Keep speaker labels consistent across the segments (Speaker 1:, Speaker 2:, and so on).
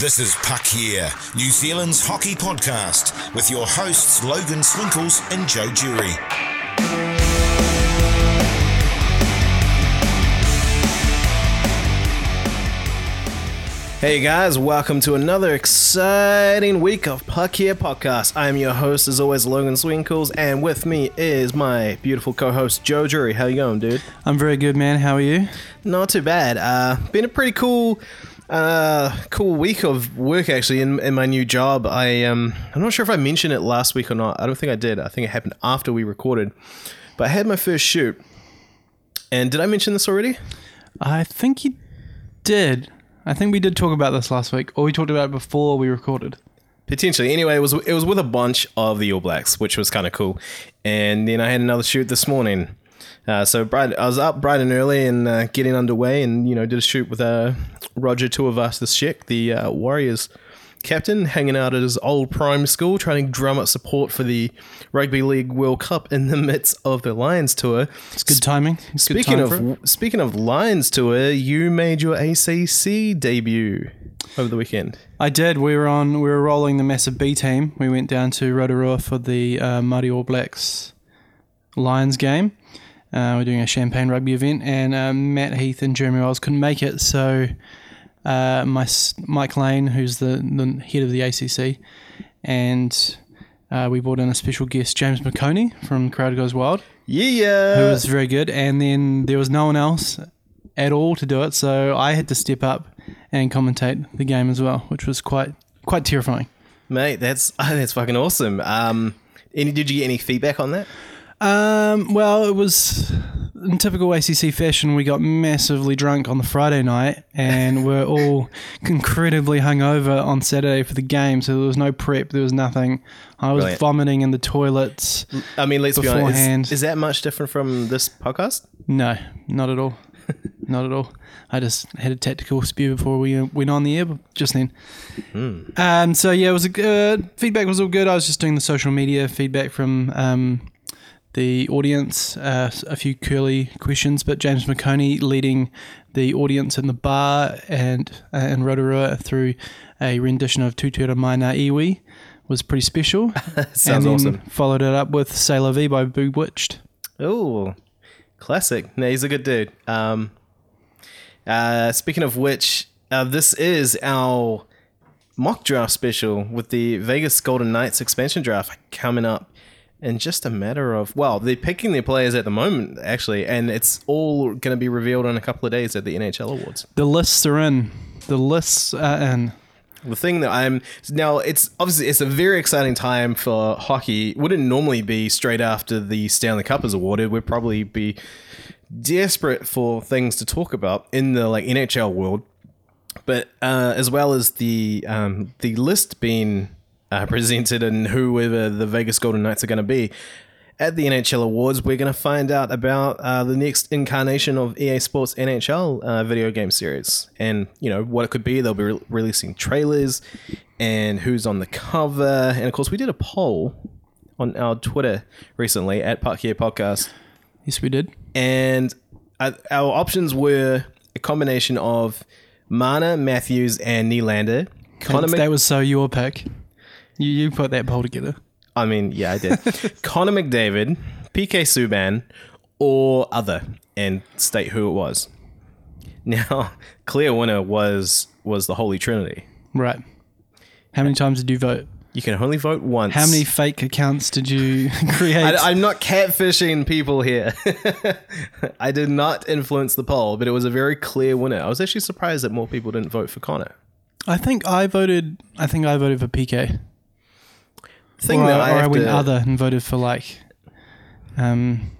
Speaker 1: This is Puck Here, New Zealand's hockey podcast, with your hosts Logan Swinkles and Joe Jury.
Speaker 2: Hey guys, welcome to another exciting week of Puck Here Podcast. I'm your host, as always, Logan Swinkles, and with me is my beautiful co-host Joe Jury. How you going, dude?
Speaker 3: I'm very good, man. How are you?
Speaker 2: Not too bad. Uh, been a pretty cool, uh, cool week of work actually in, in my new job. I um, I'm not sure if I mentioned it last week or not. I don't think I did. I think it happened after we recorded, but I had my first shoot. And did I mention this already?
Speaker 3: I think you did. I think we did talk about this last week, or we talked about it before we recorded.
Speaker 2: Potentially. Anyway, it was it was with a bunch of the All Blacks, which was kind of cool. And then I had another shoot this morning. Uh, so bright, I was up bright and early and uh, getting underway, and you know did a shoot with uh, Roger Tuivasa-Sheck, the uh, Warriors captain, hanging out at his old prime school, trying to drum up support for the Rugby League World Cup in the midst of the Lions tour.
Speaker 3: It's good timing. It's good
Speaker 2: Speaking
Speaker 3: time
Speaker 2: of
Speaker 3: for it.
Speaker 2: speaking of Lions tour, you made your ACC debut over the weekend.
Speaker 3: I did. We were on. We were rolling the massive B team. We went down to Rotorua for the uh, Māori All Blacks Lions game. Uh, we're doing a champagne rugby event, and uh, Matt Heath and Jeremy Wells couldn't make it, so uh, my s- Mike Lane, who's the, the head of the ACC, and uh, we brought in a special guest, James McConey from Crowd Goes Wild.
Speaker 2: Yeah,
Speaker 3: It was very good. And then there was no one else at all to do it, so I had to step up and commentate the game as well, which was quite quite terrifying.
Speaker 2: Mate, that's that's fucking awesome. Um, any did you get any feedback on that?
Speaker 3: Um, well, it was in typical ACC fashion. We got massively drunk on the Friday night, and we're all incredibly hungover on Saturday for the game. So there was no prep, there was nothing. I was
Speaker 2: Brilliant.
Speaker 3: vomiting in the toilets.
Speaker 2: I mean, let's be honest.
Speaker 3: Beforehand.
Speaker 2: Is, is that much different from this podcast?
Speaker 3: No, not at all. not at all. I just had a tactical spew before we uh, went on the air just then.
Speaker 2: Hmm.
Speaker 3: Um, so yeah, it was a good feedback was all good. I was just doing the social media feedback from um, the audience, uh, a few curly questions, but James McConey leading the audience in the bar and uh, in Rotorua through a rendition of Tutera Maina Iwi was pretty special.
Speaker 2: Sounds
Speaker 3: and then
Speaker 2: awesome.
Speaker 3: Followed it up with Say La Vie by Boo Witched.
Speaker 2: Oh, classic. No, he's a good dude. Um, uh, speaking of which, uh, this is our mock draft special with the Vegas Golden Knights expansion draft coming up in just a matter of well, they're picking their players at the moment actually, and it's all going to be revealed in a couple of days at the NHL awards.
Speaker 3: The lists are in. The lists are in.
Speaker 2: The thing that I'm now it's obviously it's a very exciting time for hockey. It Wouldn't normally be straight after the Stanley Cup is awarded. We'd probably be desperate for things to talk about in the like NHL world, but uh, as well as the um, the list being uh, presented and whoever the Vegas Golden Knights are going to be. At the NHL Awards, we're going to find out about uh, the next incarnation of EA Sports NHL uh, video game series, and you know what it could be. They'll be re- releasing trailers, and who's on the cover, and of course, we did a poll on our Twitter recently at Puck Here Podcast,
Speaker 3: Yes, we did.
Speaker 2: and uh, our options were a combination of Mana, Matthews, and Nylander. Connor
Speaker 3: That-
Speaker 2: Mc-
Speaker 3: that was so your pick. You, you put that poll together.
Speaker 2: I mean, yeah, I did. Connor McDavid, PK Subban, or other, and state who it was. Now, clear winner was was the Holy Trinity.
Speaker 3: Right. How many times did you vote?
Speaker 2: You can only vote once.
Speaker 3: How many fake accounts did you create?
Speaker 2: I, I'm not catfishing people here. I did not influence the poll, but it was a very clear winner. I was actually surprised that more people didn't vote for Connor.
Speaker 3: I think I voted. I think I voted for PK.
Speaker 2: Thing
Speaker 3: or
Speaker 2: that
Speaker 3: I,
Speaker 2: I,
Speaker 3: or I
Speaker 2: have
Speaker 3: went
Speaker 2: to-
Speaker 3: other and voted for like, um,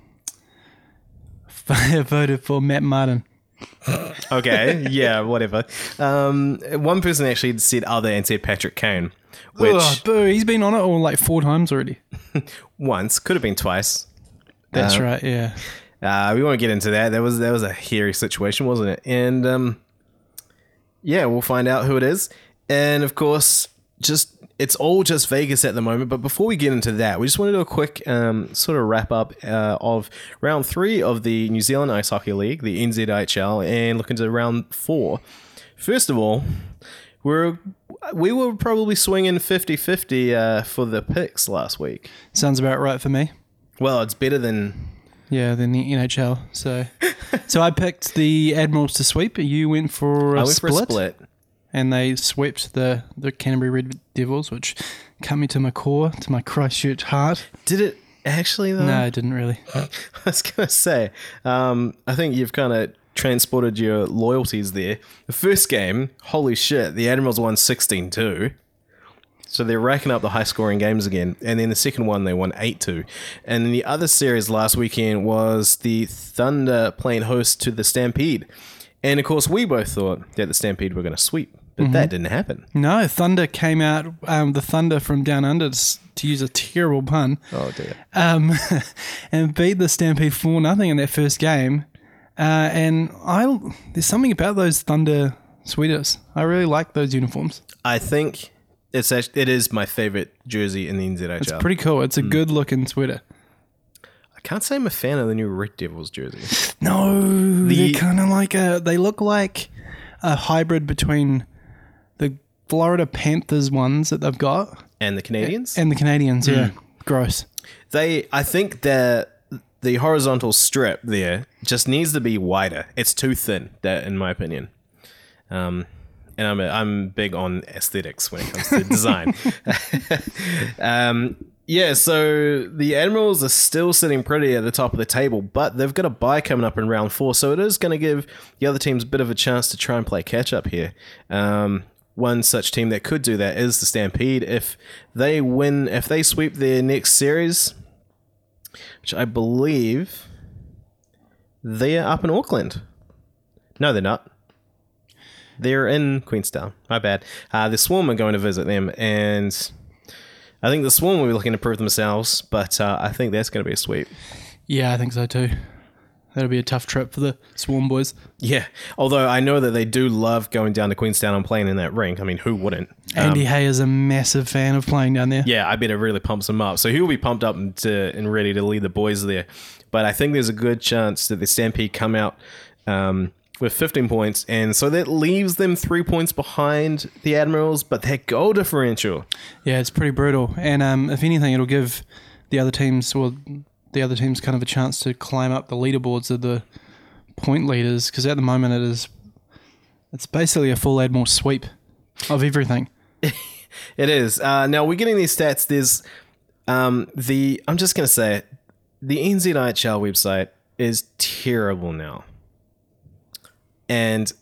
Speaker 3: I voted for Matt Martin.
Speaker 2: Okay, yeah, whatever. Um, one person actually said other and said Patrick Kane, which Uh,
Speaker 3: Ugh, Oh, boo! He's been on it all like four times already.
Speaker 2: once could have been twice.
Speaker 3: That's right. Yeah.
Speaker 2: Uh, we won't get into that. That was that was a hairy situation, wasn't it? And um, yeah, we'll find out who it is. And of course, just it's all just Vegas at the moment. But before we get into that, we just want to do a quick um, sort of wrap up uh, of round three of the New Zealand Ice Hockey League, the NZIHL, and look into round four. First of all, We're we were probably swinging 50-50 uh, for the picks last week.
Speaker 3: Sounds about right for me.
Speaker 2: Well, it's better than
Speaker 3: Yeah, then the NHL. So, so I picked the Admirals to sweep. You went for a,
Speaker 2: I went
Speaker 3: split,
Speaker 2: for a split.
Speaker 3: and they swept the the Canterbury Red Devils, which cut me to my core, to my Christchurch heart.
Speaker 2: Did it actually though?
Speaker 3: No, I didn't really.
Speaker 2: I was gonna say, um, I think you've kind of transported your loyalties there. The first game, holy shit, the Admirals won 16-2. So they're racking up the high scoring games again. And then the second one they won 8 2. And then the other series last weekend was the Thunder playing host to the Stampede. And of course, we both thought that the Stampede were going to sweep, but that didn't happen.
Speaker 3: No, Thunder came out. Um, the Thunder from down under, s- to use a terrible pun,
Speaker 2: Oh, dear.
Speaker 3: um, and beat the Stampede four nothing in that first game. Uh, and I, there's something about those Thunder sweaters. I really like those uniforms.
Speaker 2: I think it's actually, it is my favorite jersey in the NZHL.
Speaker 3: It's pretty cool.
Speaker 2: Hmm.
Speaker 3: It's a good looking sweater.
Speaker 2: I can't say I'm a fan of the new Red Devils jersey.
Speaker 3: No, they're kind of like a. They look like a hybrid between the Florida Panthers ones that they've got
Speaker 2: And the Canadians?
Speaker 3: and the Canadians. Yeah, gross.
Speaker 2: They, I think the the horizontal strip there just needs to be wider. It's too thin, that in my opinion. Um, and I'm a, I'm big on aesthetics when it comes to design. um, yeah, so the Admirals are still sitting pretty at the top of the table, but they've got a bye coming up in round four, so it is going to give the other teams a bit of a chance to try and play catch up here. Um, one such team that could do that is the Stampede. If they win, if they sweep their next series, which I believe they are up in Auckland. No, they're not. They're in Queenstown. My bad. Uh, the Swarm are going to visit them, and I think the Swarm will be looking to prove themselves. But uh, I think that's going to be a sweep.
Speaker 3: Yeah, I think so too. That'll be a tough trip for the Swarm boys.
Speaker 2: Yeah. Although I know that they do love going down to Queenstown and playing in that rink. I mean, who wouldn't?
Speaker 3: Andy Hay is a massive fan of playing down there.
Speaker 2: yeah, I bet it really pumps him up. So he'll be pumped up and, to, and ready to lead the boys there. But I think there's a good chance that the Stampede come out um, with 15 points. And so that leaves them three points behind the Admirals, but their goal differential.
Speaker 3: Yeah, it's pretty brutal. And um, if anything, it'll give the other teams, well, the other teams kind of a chance to climb up the leaderboards of the point leaders because at the moment it is, it's basically a full Admiral sweep of everything.
Speaker 2: It is. Uh, now we're getting these stats. There's um, the, I'm just going to say it, the NZIHL website is terrible now. And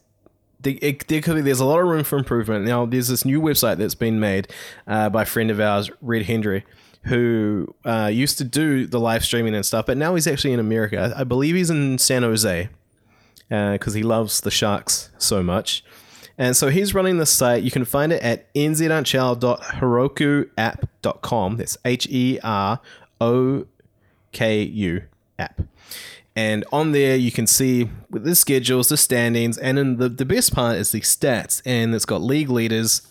Speaker 2: the, it, there could be, there's a lot of room for improvement. Now, there's this new website that's been made uh, by a friend of ours, Red Hendry, who uh, used to do the live streaming and stuff, but now he's actually in America. I I believe he's in San Jose because uh, he loves the Sharks so much. And so he's running this site. You can find it at nzhnhl.herokuapp.com. That's H E R O K U app. And on there, you can see with the schedules, the standings, and then the, the best part is the stats. And it's got league leaders.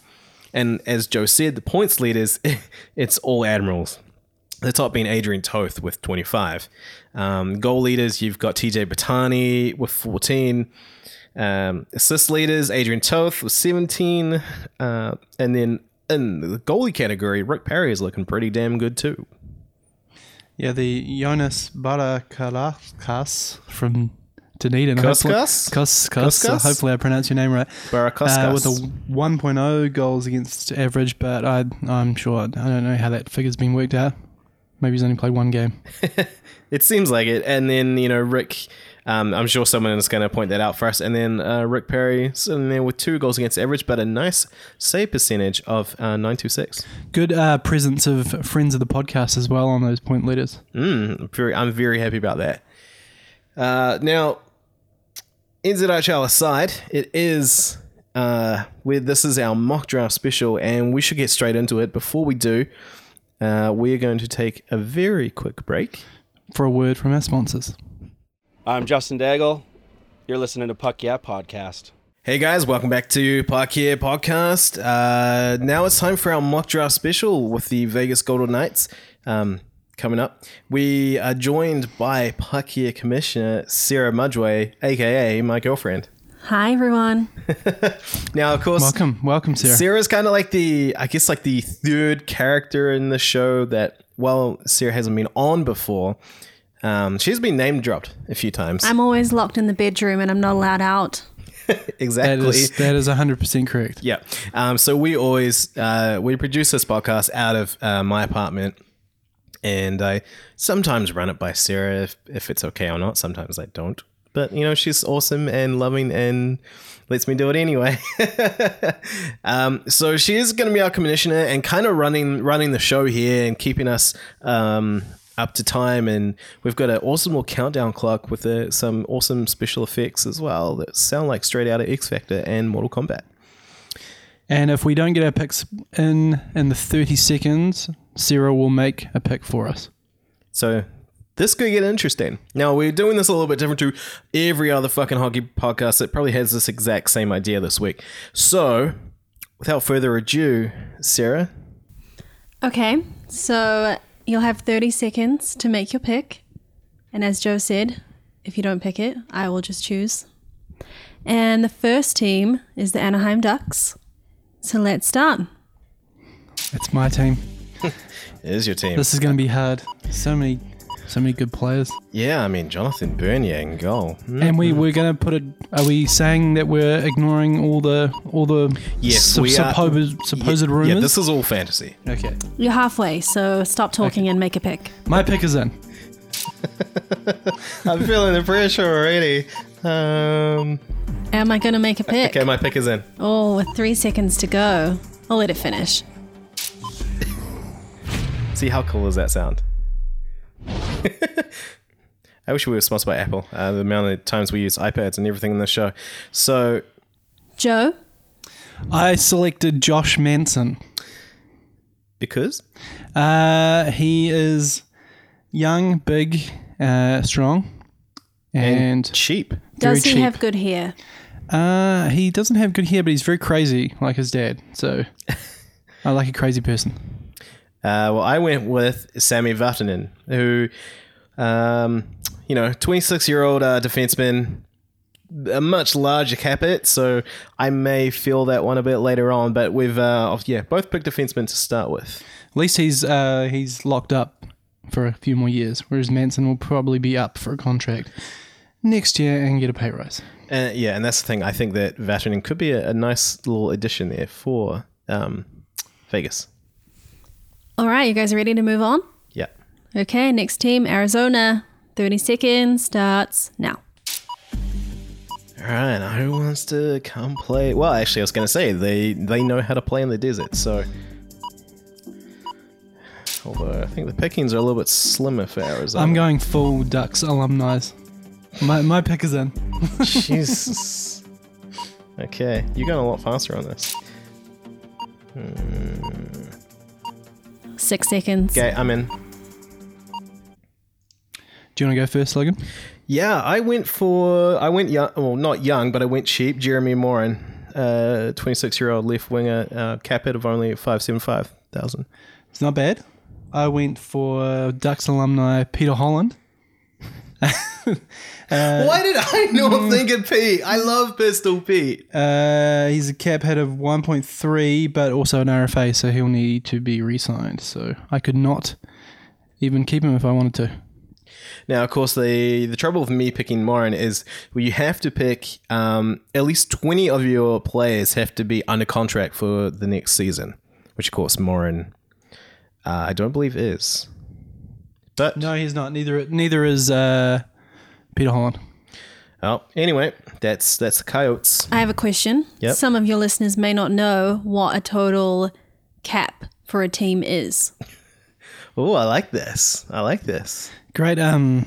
Speaker 2: And as Joe said, the points leaders, it's all Admirals. The top being Adrian Toth with 25. Um, goal leaders, you've got TJ Batani with 14. Um, assist leaders, Adrian Toth with 17. Uh, and then in the goalie category, Rick Perry is looking pretty damn good too.
Speaker 3: Yeah, the Jonas Barakalas from Dunedin.
Speaker 2: Koskas? Koskas?
Speaker 3: Koskas. Uh, Hopefully I pronounced your name right.
Speaker 2: Barakoskas.
Speaker 3: Uh, with a 1.0 goals against average, but I, I'm sure I don't know how that figure's been worked out. Maybe he's only played one game.
Speaker 2: It seems like it. And then, you know, Rick, um, I'm sure someone is going to point that out for us. And then uh, Rick Perry sitting there with two goals against average, but a nice save percentage of uh, 926.
Speaker 3: Good uh, presence of friends of the podcast as well on those point leaders.
Speaker 2: Mm, very, I'm very happy about that. Uh, now, NZHL aside, it is uh, where this is our mock draft special, and we should get straight into it. Before we do, uh, we are going to take a very quick break.
Speaker 3: For a word from our sponsors.
Speaker 4: I'm Justin Daigle. You're listening to Puck Yeah Podcast.
Speaker 2: Hey guys, welcome back to Park Here Podcast. Uh, now it's time for our mock draft special with the Vegas Golden Knights um, coming up. We are joined by Park Here Commissioner Sarah Mudway, aka my girlfriend.
Speaker 5: Hi, everyone.
Speaker 2: Now, of course,
Speaker 3: Welcome, welcome, Sarah.
Speaker 2: Sarah's kind of like the, I guess, like the third character in the show that, well, Sarah hasn't been on before. Um, she's been name dropped a few times.
Speaker 5: I'm always locked in the bedroom and I'm not allowed out.
Speaker 3: That
Speaker 2: exactly.
Speaker 3: is that is hundred percent correct.
Speaker 2: Yeah. Um, so we always uh, we produce this podcast out of uh, my apartment, and I sometimes run it by Sarah if, if it's okay or not. Sometimes I don't. But you know she's awesome and loving and lets me do it anyway. um, so she is going to be our commissioner and kind of running running the show here and keeping us um, up to time. And we've got an awesome little countdown clock with uh some awesome special effects as well that sound like straight out of X Factor and Mortal Kombat.
Speaker 3: And if we don't get our picks in in the thirty seconds, Sarah will make a pick for us.
Speaker 2: So this could get interesting. Now we're doing this a little bit different to every other fucking hockey podcast that probably has this exact same idea this week. So without further ado, Sarah,
Speaker 5: Okay, so you'll have 30 seconds to make your pick. And as Joe said, if you don't pick it, I will just choose. And the first team is the Anaheim Ducks. So let's start.
Speaker 3: It's my team.
Speaker 2: it is your team.
Speaker 3: This is going to be hard. So many, so many good players.
Speaker 2: yeah, I mean Jonathan Bernier in goal. Hmm.
Speaker 3: And we we're going to put it. Are we saying that we're ignoring all the all the
Speaker 2: Yes,
Speaker 3: sup-
Speaker 2: we are-
Speaker 3: supposed supposed rumors?
Speaker 2: Yeah, this is all fantasy.
Speaker 3: okay.
Speaker 5: You're halfway, so stop talking and make a pick.
Speaker 3: My pick is in.
Speaker 2: I'm feeling the pressure already. Um,
Speaker 5: Am I going to make a pick?
Speaker 2: okay, my pick is in.
Speaker 5: Oh, with three seconds to go. I'll let it finish.
Speaker 2: See how cool does that sound? I wish we were sponsored by Apple. Uh, the amount of times we use iPads and everything in this show. So
Speaker 5: Joe,
Speaker 3: I selected Josh Manson.
Speaker 2: because
Speaker 3: Uh, he is young, big, uh, strong, and
Speaker 2: cheap.
Speaker 3: Very
Speaker 5: does he
Speaker 3: cheap.
Speaker 5: have good hair?
Speaker 3: Uh, he doesn't have good hair, but he's very crazy, like his dad. So I like a crazy person.
Speaker 2: Uh, well, I went with Sammy Vatanen, who, um, you know, 26 year old uh, defenseman, a much larger cap hit, so I may feel that one a bit later on. But we've, uh, yeah, both picked defensemen to start with.
Speaker 3: At least he's uh, he's locked up for a few more years, whereas Manson will probably be up for a contract next year and get a pay rise.
Speaker 2: Uh, yeah, and that's the thing. I think that Vatanen could be a, a nice little addition there for um, Vegas.
Speaker 5: All right, you guys ready to move on?
Speaker 2: Yeah.
Speaker 5: Okay, next team, Arizona. 30 seconds starts now.
Speaker 2: All right. Who wants to come play? Well, actually, I was going to say they they know how to play in the desert. So, although I think the pickings are a little bit slimmer for Arizona.
Speaker 3: I'm going full Ducks alumni. My, my pick is in.
Speaker 2: Jesus. okay, you're going a lot faster on this.
Speaker 5: Six seconds.
Speaker 2: Okay, I'm in.
Speaker 3: Do you want to go first, Logan?
Speaker 2: Yeah, I went for I went young, well not young, but I went cheap. Jeremy Morin, uh, 26 year old left winger, uh, cap hit of only 575 thousand.
Speaker 3: It's not bad. I went for Ducks alumni Peter Holland.
Speaker 2: Why did I not think of Pete? I love Pistol Pete.
Speaker 3: Uh, he's a cap hit of 1.3, but also an RFA, so he'll need to be re-signed. So I could not even keep him if I wanted to.
Speaker 2: Now, of course, the the trouble with me picking Morin is well, you have to pick um, at least 20 of your players have to be under contract for the next season, which of course Morin, uh, I don't believe is. But
Speaker 3: No, he's not. Neither neither is uh, Peter Holland.
Speaker 2: oh, anyway, that's that's the Coyotes.
Speaker 5: I have a question.
Speaker 2: Yep.
Speaker 5: Some of your listeners may not know what a total cap for a team is.
Speaker 2: Oh, I like this. I like this.
Speaker 3: Great. Um,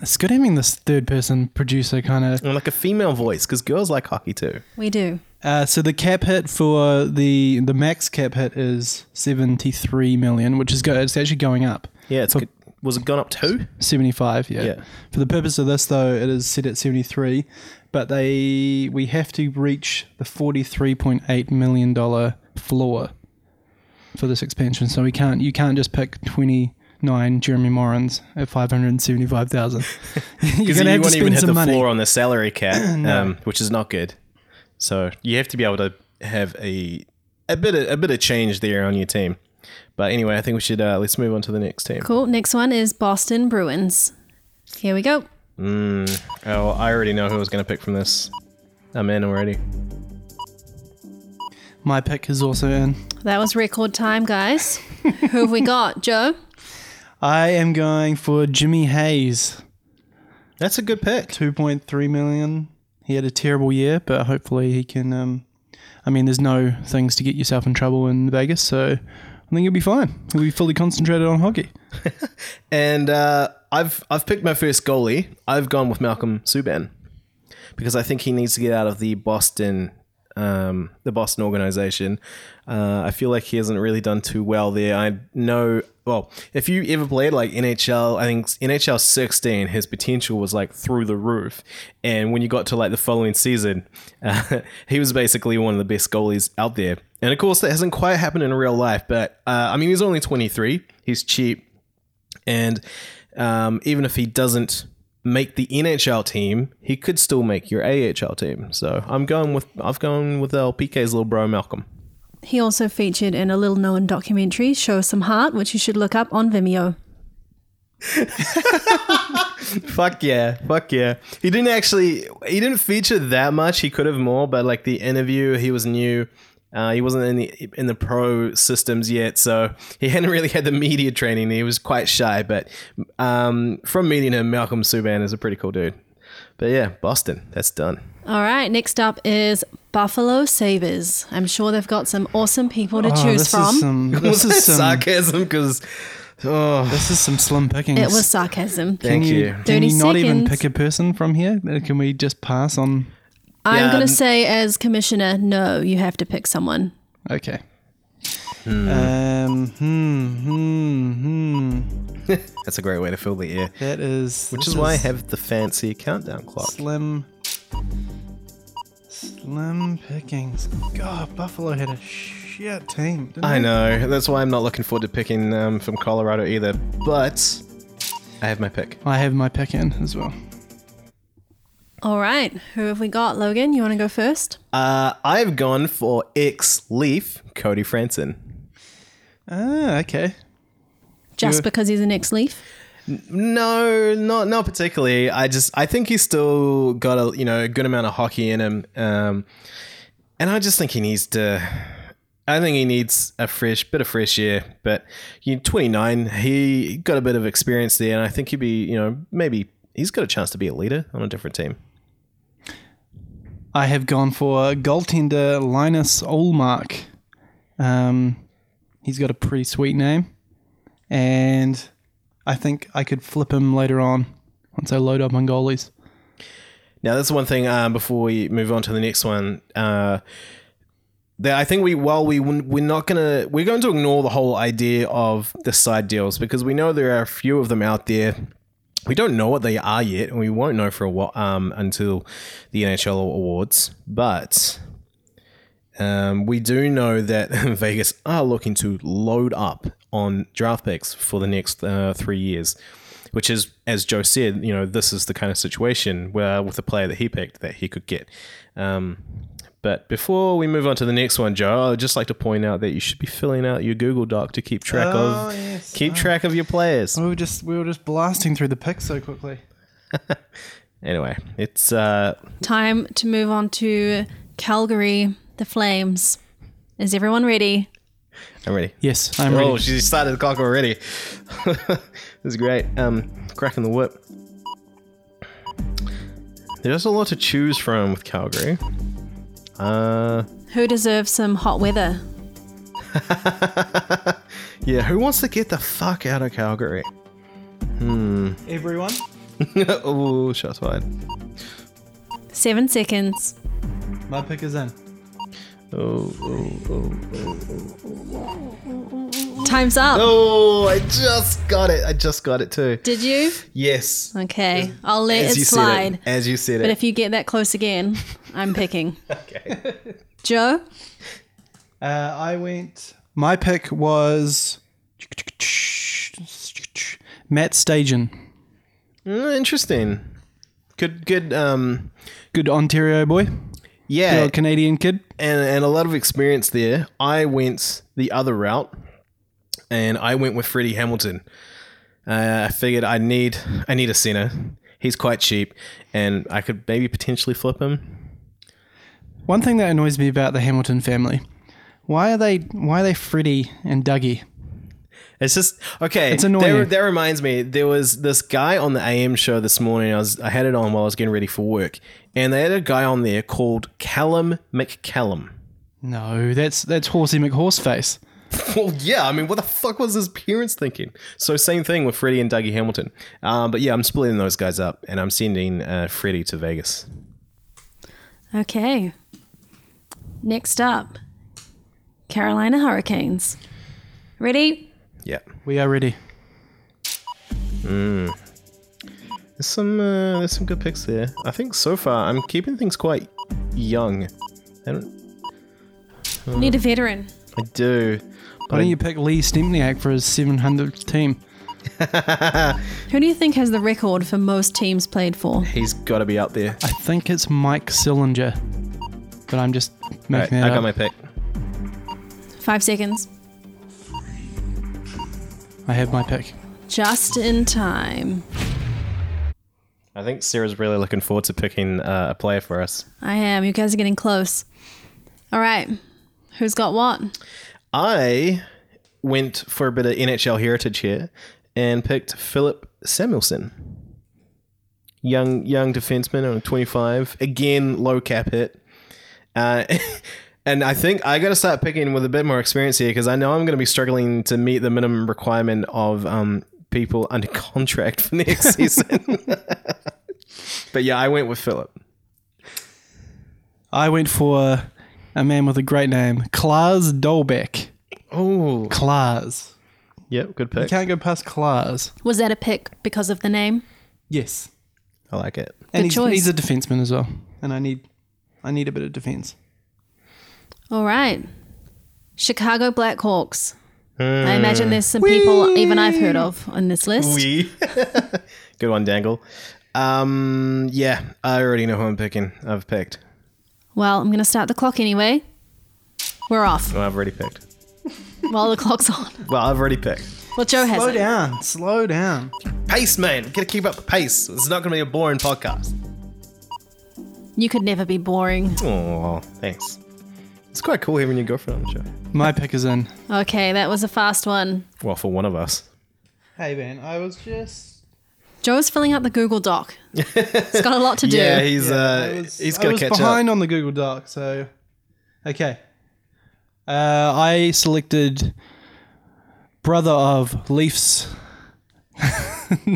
Speaker 3: it's good having this third person producer kind of.
Speaker 2: And like a female voice, because girls like hockey too.
Speaker 5: We do.
Speaker 3: Uh, so the cap hit for the the max cap hit is 73 million, which is go- it's actually going up.
Speaker 2: Yeah, it's good. was it gone up two?
Speaker 3: 75 yeah.
Speaker 2: Yeah.
Speaker 3: for the purpose of this though it is set at 73 but they we have to reach the 43.8 million dollar floor for this expansion so we can't you can't just pick 29 jeremy morans at 575000 you're
Speaker 2: Because
Speaker 3: gonna
Speaker 2: you
Speaker 3: have to
Speaker 2: won't even
Speaker 3: spend
Speaker 2: hit
Speaker 3: some
Speaker 2: the
Speaker 3: money
Speaker 2: floor on the salary cap, um, which is not good. So you have to be able to have a a bit of, a bit of change there on your team. But anyway, I think we should uh, let's move on to the next team.
Speaker 5: Cool. Next one is Boston Bruins. Here we go.
Speaker 2: Oh, I already know who I was going to pick from this. I'm in already.
Speaker 3: My pick is also in.
Speaker 5: That was record time, guys. Who have we got? Joe?
Speaker 3: I am going for Jimmy Hayes.
Speaker 2: That's a good pick.
Speaker 3: 2.3 million. He had a terrible year, but hopefully he can. Um, I mean, there's no things to get yourself in trouble in Vegas, so I think he'll be fine. He'll be fully concentrated on hockey.
Speaker 2: And uh, I've I've picked my first goalie. I've gone with Malcolm Subban because I think he needs to get out of the Boston um, the Boston organization. Uh, I feel like he hasn't really done too well there. I know. Well, if you ever played like NHL, I think NHL 16, his potential was like through the roof. And when you got to like the following season, uh, he was basically one of the best goalies out there. And of course, that hasn't quite happened in real life. But uh, I mean, he's only 23. He's cheap. And um, even if he doesn't make the NHL team, he could still make your AHL team. So I'm going with I've gone with LPK's little bro Malcolm.
Speaker 5: He also featured in a little known documentary, Show Some Heart, which you should look up on Vimeo.
Speaker 2: Fuck yeah, fuck yeah. He didn't actually he didn't feature that much. He could have more, but like the interview, he was new. Uh, he wasn't in the in the pro systems yet, so he hadn't really had the media training. He was quite shy, but um, from meeting him, Malcolm Subban is a pretty cool dude. But yeah, Boston, that's done.
Speaker 5: All right, next up is Buffalo Sabres. I'm sure they've got some awesome people to
Speaker 3: Oh, this
Speaker 5: choose from.
Speaker 3: Is some, this is some.
Speaker 2: sarcasm because oh
Speaker 3: This is some slim pickings.
Speaker 5: it was sarcasm.
Speaker 3: Can
Speaker 2: Thank you.
Speaker 3: you, can
Speaker 5: 30
Speaker 3: you not even
Speaker 5: seconds.
Speaker 3: pick a person from here? Uh, Can we just pass on?
Speaker 5: I'm
Speaker 2: Yeah,
Speaker 5: going
Speaker 2: n-
Speaker 5: to say, as commissioner, no, you have to pick someone.
Speaker 3: Okay. Um, hmm, hmm, hmm.
Speaker 2: that's a great way to fill the air
Speaker 3: That is.
Speaker 2: which is why i have the fancy countdown clock
Speaker 3: slim. Slim pickings. God, Buffalo had a shit team. didn't
Speaker 2: i
Speaker 3: they?
Speaker 2: know that's why i'm not looking forward to picking um, from colorado either but i have my pick
Speaker 3: I have my pick in as well.
Speaker 5: All right, who have we got? Logan, you want to go first?
Speaker 2: uh, i've gone for ex leaf cody franson
Speaker 3: Ah, okay.
Speaker 2: Uh,
Speaker 5: Just
Speaker 3: Yeah.
Speaker 5: because he's an ex Leaf?
Speaker 2: No, not not particularly. I just I think he's still got a you know a good amount of hockey in him, um, and I just think he needs to. I think he needs a fresh bit of fresh air. But you 29, he got a bit of experience there, and I think he'd be you know maybe he's got a chance to be a leader on a different team.
Speaker 3: I have gone for goaltender Linus Olmark. Um, he's got a pretty sweet name, and I think I could flip him later on once I load up on goalies.
Speaker 2: Now, that's one thing um, before we move on to the next one. Uh, that I think we, while we, we're not going to, we're going to ignore the whole idea of the side deals because we know there are a few of them out there. We don't know what they are yet, and we won't know for a while um, until the NHL awards. But um, we do know that Vegas are looking to load up on draft picks for the next uh, three years, which is, as Joe said, you know, this is the kind of situation where with the player that he picked that he could get. Um, but before we move on to the next one, Joe, I'd just like to point out that you should be filling out your Google Doc to keep track
Speaker 3: Oh,
Speaker 2: of
Speaker 3: yes. Oh.
Speaker 2: keep track of your players.
Speaker 3: We were just we were just blasting through the picks so quickly.
Speaker 2: Anyway, it's uh,
Speaker 5: Time to move on to Calgary, the Flames. Is everyone ready?
Speaker 2: I'm ready.
Speaker 3: Yes, I'm
Speaker 2: Oh,
Speaker 3: ready.
Speaker 2: she started the clock already. this is great. Um, cracking the whip. There's a lot to choose from with Calgary. Uh,
Speaker 5: Who deserves some hot weather?
Speaker 2: yeah, who wants to get the fuck out of Calgary?
Speaker 3: Everyone.
Speaker 2: oh, shots fired.
Speaker 5: Seven seconds.
Speaker 3: My pick is in.
Speaker 2: Oh, oh, oh, oh.
Speaker 5: Time's up.
Speaker 2: Oh, I just got it. I just got it too.
Speaker 5: Did you?
Speaker 2: Yes.
Speaker 5: Okay, I'll let
Speaker 2: As
Speaker 5: it
Speaker 2: you
Speaker 5: slide.
Speaker 2: said it. As you said
Speaker 5: But
Speaker 2: it.
Speaker 5: if you get that close again, I'm picking. okay. Joe?
Speaker 3: Uh, I went. My pick was Matt Stajan.
Speaker 2: Mm, interesting. Good, good, um,
Speaker 3: Good Ontario boy. The
Speaker 2: Yeah,
Speaker 3: old Canadian kid.
Speaker 2: and, and a lot of experience there. I went the other route, and I went with Freddie Hamilton. Uh, I figured I need I need a center. He's quite cheap, and I could maybe potentially flip him.
Speaker 3: One thing that annoys me about the Hamilton family. Why are they why are they Freddie and Dougie?
Speaker 2: It's just okay.
Speaker 3: It's annoying.
Speaker 2: That, that reminds me, there was this guy on the AM show this morning. I was I had it on while I was getting ready for work, and they had a guy on there called Callum McCallum.
Speaker 3: No, that's that's Horsey McHorseface.
Speaker 2: Well, yeah. I mean, what the fuck was his parents thinking? So, same thing with Freddie and Dougie Hamilton. Um, but yeah, I'm splitting those guys up, and I'm sending uh, Freddie to Vegas.
Speaker 5: Okay. Next up, Carolina Hurricanes. Ready?
Speaker 2: Yeah.
Speaker 3: We are ready.
Speaker 2: There's some uh, there's some good picks there. I think so far I'm keeping things quite young. I, don't,
Speaker 5: Need a veteran.
Speaker 2: I do.
Speaker 3: Why don't you pick Lee Stempniak for his 700th team?
Speaker 5: Who do you think has the record for most teams played for?
Speaker 2: He's got to be up there.
Speaker 3: I think it's Mike Sillinger, but I'm just making
Speaker 2: Alright,
Speaker 3: that
Speaker 2: I
Speaker 3: up.
Speaker 2: got my pick.
Speaker 5: Five seconds.
Speaker 3: I have my pick.
Speaker 5: Just in time.
Speaker 2: I think Sarah's really looking forward to picking uh, a player for us.
Speaker 5: I am. You guys are getting close. All right. Who's got what?
Speaker 2: I went for a bit of NHL heritage here and picked Philip Samuelson. Young young defenseman on 25. Again, low cap hit. Uh, and I think I got to start picking with a bit more experience here because I know I'm going to be struggling to meet the minimum requirement of um, people under contract for next season. but yeah, I went with Philip.
Speaker 3: I went for a man with a great name, Klaas Dolbeck.
Speaker 2: Oh,
Speaker 3: Klaas.
Speaker 2: yep, good pick.
Speaker 3: Can't go past Klaas.
Speaker 5: Was that a pick because of the name?
Speaker 3: Yes.
Speaker 2: I like it.
Speaker 3: And
Speaker 5: Good
Speaker 3: he's,
Speaker 5: choice.
Speaker 3: he's a defenseman as well. And I need I need a bit of defense.
Speaker 5: All right. Chicago Blackhawks. I imagine there's some people even I've heard of on this list.
Speaker 2: We. Good one, Dangle. Um, yeah, I already know who I'm picking. I've picked.
Speaker 5: Well, I'm going to start the clock anyway. We're off
Speaker 2: Well, I've already picked.
Speaker 5: while the clock's on.
Speaker 2: Well, I've already picked.
Speaker 5: Well, Joe has
Speaker 3: Slow
Speaker 5: it.
Speaker 3: down. Slow down.
Speaker 2: Pace, man. Gotta keep up the pace. It's not gonna be a boring podcast.
Speaker 5: You could never be boring.
Speaker 2: Oh, thanks. It's quite cool having your girlfriend on the show.
Speaker 3: My pick is in.
Speaker 5: Okay, that was a fast one.
Speaker 2: Well, for one of us.
Speaker 3: Hey man, I was just
Speaker 5: Joe's filling out the Google Doc. It's got a lot to do.
Speaker 2: Yeah, he's uh,
Speaker 3: I was,
Speaker 2: he's
Speaker 3: I
Speaker 2: gonna
Speaker 3: was
Speaker 2: catch
Speaker 3: behind
Speaker 2: up.
Speaker 3: on the Google Doc, so okay. Uh, I selected brother of Leafs,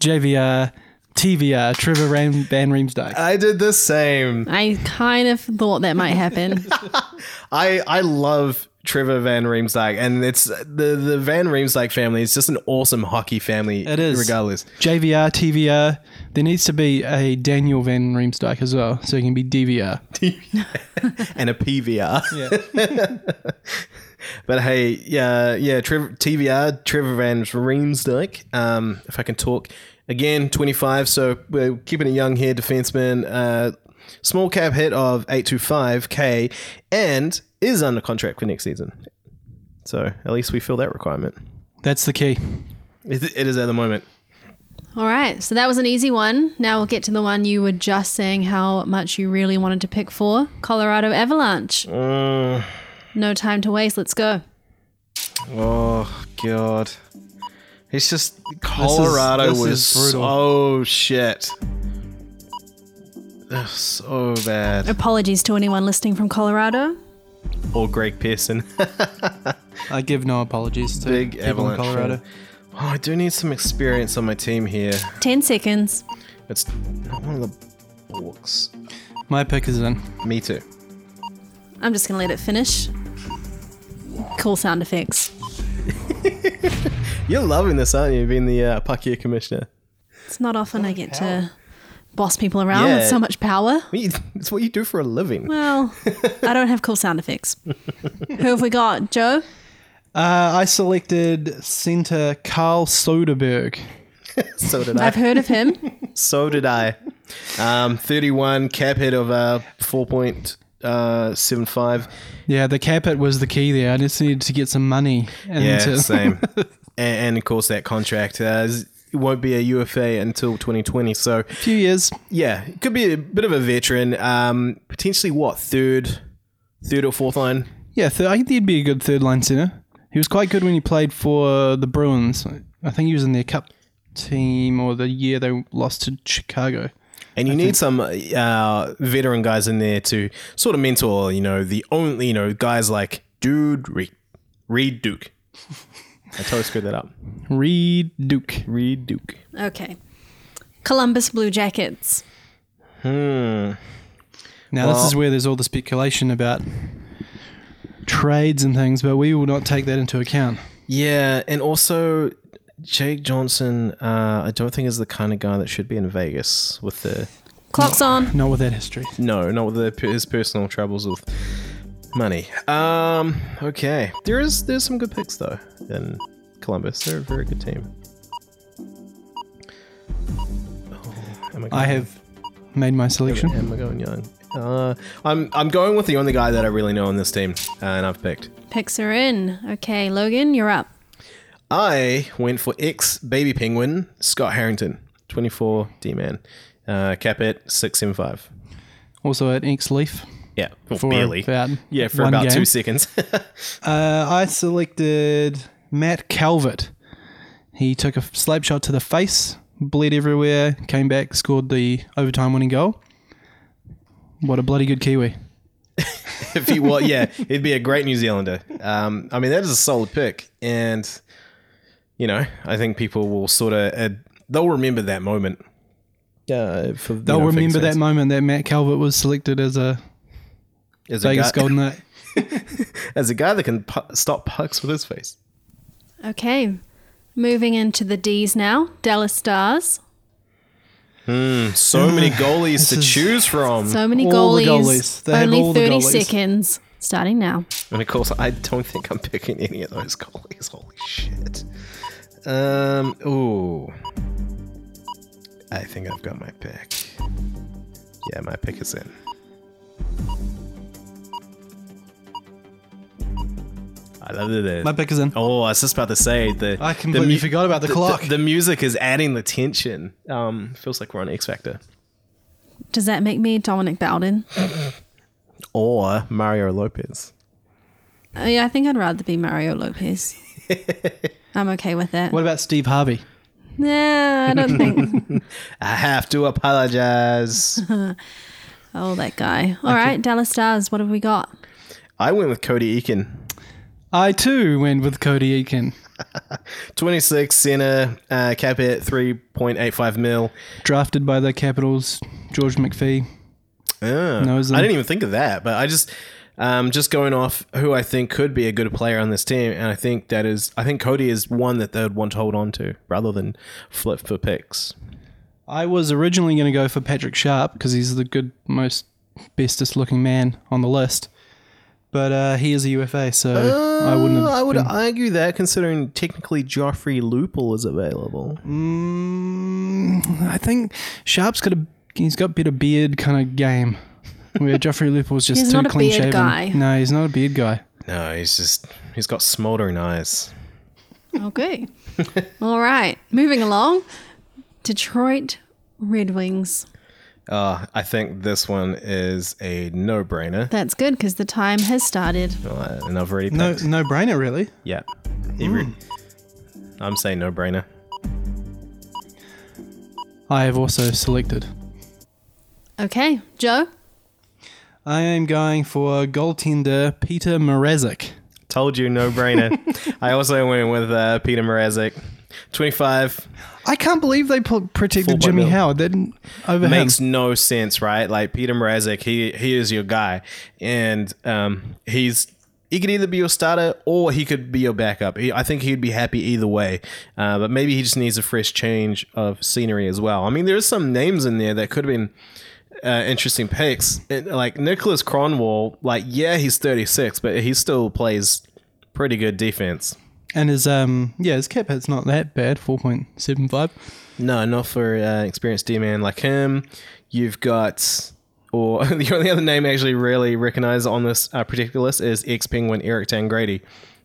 Speaker 3: JVR, TVR, Trevor Ram- Van Riemsdyk.
Speaker 2: I did the same.
Speaker 5: I kind of thought that might happen.
Speaker 2: I I love Trevor Van Riemsdyk, and it's the the Van Riemsdyk family. is just an awesome hockey family.
Speaker 3: It is.
Speaker 2: regardless.
Speaker 3: JVR, TVR. There needs to be a Daniel Van Riemsdyk as well, so he can be DVR.
Speaker 2: and a PVR. but hey, yeah, yeah, Trevor, TVR, Trevor Van Riemsdyk. Um, if I can talk again, 25. So we're keeping a young here, defenseman. Uh, small cap hit of 825k, and is under contract for next season. So at least we fill that requirement.
Speaker 3: That's the key.
Speaker 2: It, it is at the moment.
Speaker 5: All right, so that was an easy one. Now we'll get to the one you were just saying how much you really wanted to pick for Colorado Avalanche.
Speaker 3: Uh.
Speaker 5: No time to waste. Let's go.
Speaker 2: Oh God. It's just Colorado
Speaker 3: this
Speaker 2: was
Speaker 3: is brutal.
Speaker 2: so shit. Ugh, so bad.
Speaker 5: Apologies to anyone listening from Colorado.
Speaker 2: Or Greg Pearson.
Speaker 3: I give no apologies to
Speaker 2: Big
Speaker 3: people
Speaker 2: Avalanche.
Speaker 3: in Colorado.
Speaker 2: fan. Oh, I do need some experience on my team here.
Speaker 5: 10 seconds.
Speaker 2: It's not one of the Borks.
Speaker 3: My pick is in.
Speaker 2: Me too.
Speaker 5: I'm just going to let it finish. Cool sound effects.
Speaker 2: You're loving this, aren't you? Being the uh, Pakia commissioner.
Speaker 5: It's not often I get to boss people around with
Speaker 2: Yeah.
Speaker 5: so much power.
Speaker 2: What you- It's what you do for a living.
Speaker 5: Well, I don't have cool sound effects. Who have we got? Joe?
Speaker 3: Uh, I selected center Carl Soderberg.
Speaker 2: So did
Speaker 5: I've
Speaker 2: I.
Speaker 5: heard of him.
Speaker 2: So did I. Um, 31 cap hit of uh, 4.75.
Speaker 3: Yeah, the cap it was the key there. I just needed to get some money. And
Speaker 2: Yeah,
Speaker 3: to-
Speaker 2: same. and, and of course, that contract uh, is- it won't be a UFA until 2020. So,
Speaker 3: few years.
Speaker 2: yeah, it could be a bit of a veteran. Um, potentially, what, third, third or fourth line?
Speaker 3: Yeah, th- I think he'd be a good third line center. He was quite good when he played for the Bruins. I think he was in their cup team or the year they lost to Chicago.
Speaker 2: And you need some uh, veteran guys in there to sort of mentor, you know, the only, you know, guys like Dude Reed, Reed Duke. I totally screwed that up.
Speaker 3: Reed Duke.
Speaker 2: Reed Duke.
Speaker 5: Okay. Columbus Blue Jackets.
Speaker 3: Now this is where there's all the speculation about trades and things, but we will not take that into account.
Speaker 2: Yeah, and also Jake Johnson, uh, I don't think is the kind of guy that should be in Vegas with the
Speaker 5: Clock's on.
Speaker 3: Not with that history.
Speaker 2: no, not with the, his personal troubles with money. Um, okay, there is there's some good picks though in Columbus. They're a very good team. Oh, am
Speaker 3: I
Speaker 2: going-
Speaker 3: have made my selection.
Speaker 2: Am I going young? Uh, I'm I'm going with the only guy that I really know on this team, uh, and I've picked.
Speaker 5: Picks are in. Okay, Logan, you're up.
Speaker 2: I went for ex baby penguin Scott Harrington, 24 D man, uh, cap at 675.
Speaker 3: Also at Inks Leaf.
Speaker 2: Yeah, well,
Speaker 3: For
Speaker 2: barely.
Speaker 3: about
Speaker 2: yeah, for
Speaker 3: one
Speaker 2: about
Speaker 3: game.
Speaker 2: two seconds.
Speaker 3: Uh, I selected Matt Calvert. He took a slap shot to the face, bled everywhere, came back, scored the overtime winning goal. What a bloody good Kiwi.
Speaker 2: if he was, yeah, he'd be a great New Zealander. Um, I mean, that is a solid pick, and you know, I think people will sort of uh, they'll remember that moment. Yeah, for,
Speaker 3: They'll remember that moment that Matt Calvert was selected as a
Speaker 2: as a,
Speaker 3: Vegas
Speaker 2: guy,
Speaker 3: Golden Knight.
Speaker 2: as a guy that can pu- stop pucks with his face.
Speaker 5: Okay. Moving into the D's now. Dallas Stars.
Speaker 2: So many goalies to
Speaker 3: is-
Speaker 2: choose from.
Speaker 5: So many
Speaker 3: Mm. All the
Speaker 5: goalies.
Speaker 3: goalies. They have
Speaker 5: Only
Speaker 3: all the
Speaker 5: 30
Speaker 3: goalies.
Speaker 5: seconds. Starting now.
Speaker 2: And of course, I don't think I'm picking any of those goalies. Holy shit. Um, ooh. I think I've got my pick. Yeah, my pick is in. I love it.
Speaker 3: My pick is in.
Speaker 2: Oh, I was just about to say the.
Speaker 3: I completely forgot about the clock.
Speaker 2: The, music is adding the tension. Um, feels like we're on X Factor
Speaker 5: Does that make me Dominic Bowden?
Speaker 2: or Mario Lopez.
Speaker 5: Uh, yeah, I think I'd rather be Mario Lopez. I'm okay with that.
Speaker 3: What about Steve Harvey?
Speaker 5: Nah, I don't think.
Speaker 2: I have to apologize.
Speaker 5: Oh, that guy. All right, Dallas Stars. What have we got?
Speaker 2: I went with Cody Eakin.
Speaker 3: I too went with Cody Eakin.
Speaker 2: 26 center, uh, cap at 3.85 mil.
Speaker 3: drafted by the Capitals, George McPhee.
Speaker 2: Yeah.
Speaker 3: Knows him.
Speaker 2: I didn't even think of that, but I just, um, just going off who I think could be a good player on this team, and I think that is, I think Cody is one that they'd want to hold on to rather than flip for picks.
Speaker 3: I was originally going to go for Patrick Sharp because he's the good, most bestest looking man on the list, but uh, he is a UFA, so I wouldn't. Have
Speaker 2: I would
Speaker 3: been-
Speaker 2: argue that considering technically Joffrey Lupel is available.
Speaker 3: Mm, I think Sharp's got a he's got better beard kind of game. Where Joffrey Lupel was just
Speaker 5: He's
Speaker 3: too
Speaker 5: not a
Speaker 3: clean
Speaker 5: beard
Speaker 3: shaven.
Speaker 5: guy.
Speaker 3: No, he's not a beard guy.
Speaker 2: No, he's just, he's got smoldering eyes.
Speaker 5: Okay. All right, moving along. Detroit Red Wings.
Speaker 2: Uh, I think this one is a no brainer.
Speaker 5: That's good because the time has started.
Speaker 2: and I've already picked.
Speaker 3: No, Mm. no brainer really.
Speaker 2: Uh, Yeah. Every- I'm saying no brainer.
Speaker 3: I have also selected.
Speaker 5: Okay, Joe.
Speaker 3: I am going for goaltender Peter Mrazek.
Speaker 2: Told you no brainer. I also went with uh, Peter Mrazek. 25
Speaker 3: I can't believe they pu- protected
Speaker 2: 4.0.
Speaker 3: Jimmy Howard. They didn't over
Speaker 2: makes
Speaker 3: him.
Speaker 2: no sense, right? Like Peter Mrazek, he he is your guy, and um, he's he could either be your starter or he could be your backup. He, I think he'd be happy either way, uh, but maybe he just needs a fresh change of scenery as well. I mean, there is some names in there that could have been uh, interesting picks. It- like Nicholas Cronwall, like yeah, he's 36, but he still plays pretty good defense.
Speaker 3: And his um yeah, his cap hit's not that bad, four point seven five.
Speaker 2: No, not for uh, experienced D man like him. You've got, or the only other name I actually really recognized on this uh, particular list is ex Penguin Eric Tangrady,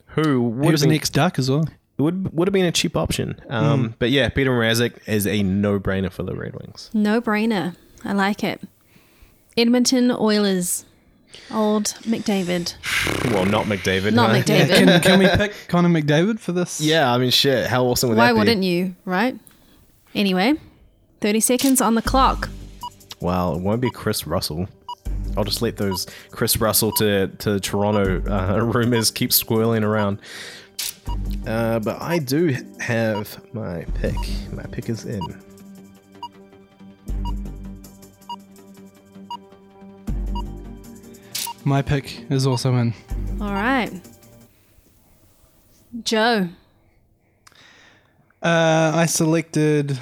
Speaker 2: who
Speaker 3: He
Speaker 2: would have
Speaker 3: was an
Speaker 2: been,
Speaker 3: ex duck as well.
Speaker 2: would, would have been a cheap option. Um, But yeah, Peter Mrazek is a no brainer for the Red Wings.
Speaker 5: No brainer. I like it. Edmonton Oilers. Old McDavid.
Speaker 2: Well, not McDavid.
Speaker 5: Not
Speaker 2: huh?
Speaker 5: McDavid.
Speaker 3: Can, can we pick Connor McDavid for this?
Speaker 2: Yeah, I mean, shit. How awesome would
Speaker 5: Why
Speaker 2: that be?
Speaker 5: wouldn't you, right? Anyway, 30 seconds on the clock.
Speaker 2: Well, it won't be Chris Russell. I'll just let those Chris Russell to to Toronto uh, rumors keep swirling around. Uh, but I do have my pick. My pick is in.
Speaker 3: My pick is also in.
Speaker 5: All right. Joe.
Speaker 3: Uh, I selected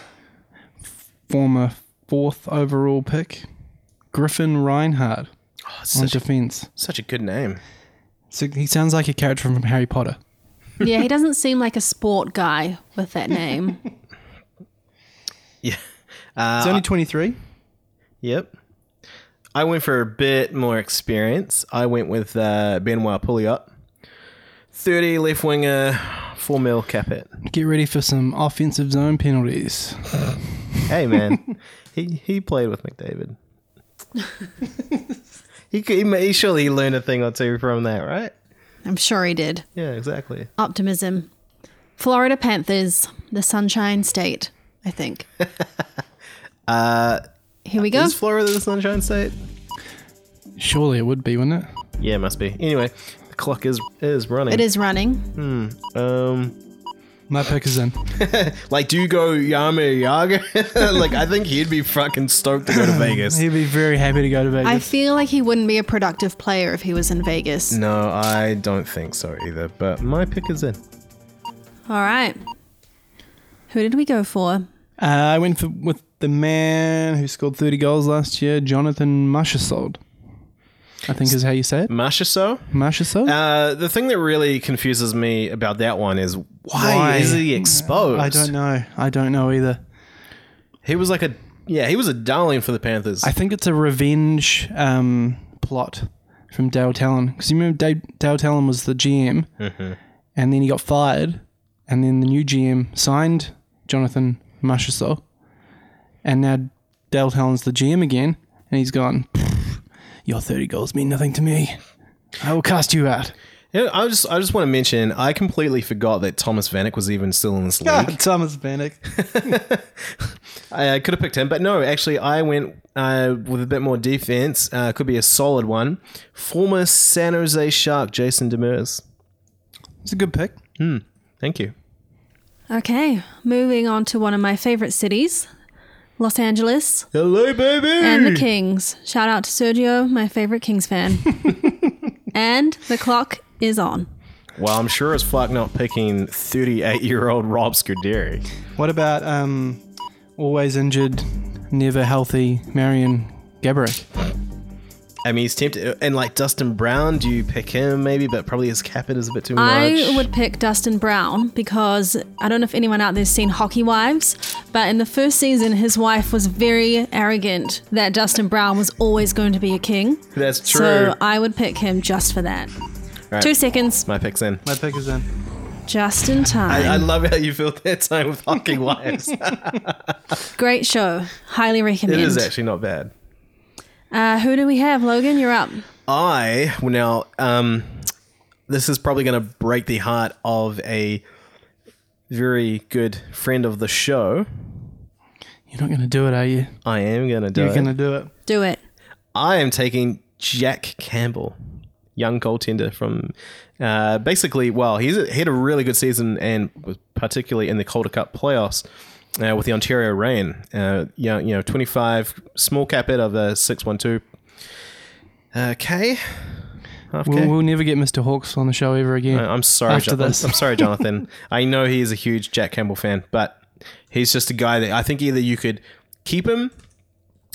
Speaker 3: former fourth overall pick, Griffin Reinhardt
Speaker 2: Oh,
Speaker 3: on
Speaker 2: such, a,
Speaker 3: defense.
Speaker 2: such a good name.
Speaker 3: So he sounds like a character from Harry Potter.
Speaker 5: Yeah, he doesn't seem like a sport guy with that name.
Speaker 2: Yeah.
Speaker 3: He's
Speaker 2: Ah.
Speaker 3: only 23.
Speaker 2: Yep. I went for a bit more experience. I went with uh, Benoit Pouliot. 30 left winger, 4 mil cap it.
Speaker 3: Get ready for some offensive zone penalties.
Speaker 2: Hey man, he he played with McDavid. he, could- he ma- he surely he learned a thing or two from that, right?
Speaker 5: I'm sure he did.
Speaker 2: Yeah, exactly.
Speaker 5: Optimism. Florida Panthers, the Sunshine State, I think. uh, Here we go.
Speaker 2: Is Florida the Sunshine State?
Speaker 3: Surely it would be, wouldn't it?
Speaker 2: Yeah, must be. Anyway, the clock is is running.
Speaker 5: It is running.
Speaker 2: Um,
Speaker 3: My pick is in.
Speaker 2: like, do you go Yama Yaga? like, I think he'd be fucking stoked to go to Vegas.
Speaker 3: He'd be very happy to go to
Speaker 5: I
Speaker 3: Vegas.
Speaker 5: feel like he wouldn't be a productive player if he was in Vegas.
Speaker 2: No, I don't think so either. But my pick is in.
Speaker 5: All right. Who did we go for?
Speaker 3: Uh, I went for, with the man who scored 30 goals last year, Jonathan Marchessault. I think is how you say it.
Speaker 2: Masha so.
Speaker 3: Marchessault?
Speaker 2: Uh, the thing that really confuses me about that one is why,
Speaker 3: Why?
Speaker 2: is he exposed?
Speaker 3: I don't know. I don't know either.
Speaker 2: He was like a yeah, he was a darling for the Panthers.
Speaker 3: I think it's a revenge um, plot from Dale Talon because you remember Dave, Dale Talon was the GM, and then he got fired, and then the new GM signed Jonathan Marchessault, and now Dale Talon's the GM again, and he's gone. "Pfft, Your thirty goals mean nothing to me. I will cast you out.
Speaker 2: Yeah, I just I just want to mention I completely forgot that Thomas Vanek was even still in this league.
Speaker 3: Thomas Vanek.
Speaker 2: I, I could have picked him, but no, actually I went uh, with a bit more defense. Uh, could be a solid one. Former San Jose Shark Jason Demers.
Speaker 3: It's a good pick.
Speaker 2: Thank you.
Speaker 5: Okay, moving on to one of my favorite cities, Los Angeles
Speaker 2: Hello, baby.
Speaker 5: and the Kings. Shout out to Sergio, my favorite Kings fan. and the clock is on.
Speaker 2: well, I'm sure as fuck not picking 38 year old Rob Scuderi.
Speaker 3: What about um, always injured, never healthy Marion Gaborik?
Speaker 2: I mean, he's tempted, and like Dustin Brown. Do you pick him maybe? But probably his cap it is a bit too much.
Speaker 5: I would pick Dustin Brown because I don't know if anyone out there's seen Hockey Wives, but in the first season, his wife was very arrogant that Dustin Brown was always going to be a king.
Speaker 2: That's true.
Speaker 5: So I would pick him just for that.
Speaker 2: All right,
Speaker 5: Two seconds,
Speaker 2: My pick's in.
Speaker 3: My pick is in.
Speaker 5: just in time.
Speaker 2: I, I love how you filled that time with fucking wives. it
Speaker 5: Great show. Highly recommend.
Speaker 2: is actually not bad.
Speaker 5: Uh, who do we have? Logan, you're up.
Speaker 2: I well, now um, this is probably going to break the heart of a very good friend of the show.
Speaker 3: You're not going to do it, are you?
Speaker 2: I am going to do
Speaker 3: You're
Speaker 2: it.
Speaker 3: going to do it.
Speaker 5: Do it.
Speaker 2: I am taking Jack Campbell, young goaltender from uh, basically. Well, he's he had a really good season, and was particularly in the Calder Cup playoffs uh, with the Ontario Reign. Uh, you know, you know, twenty five small cap hit of a six one two. Uh, Okay.
Speaker 3: We'll, we'll never get Mr. Hawks on the show ever again.
Speaker 2: Uh, I'm sorry,
Speaker 3: After
Speaker 2: Jonathan.
Speaker 3: this.
Speaker 2: I'm sorry, Jonathan. I know he is a huge Jack Campbell fan, but he's just a guy that I think either you could keep him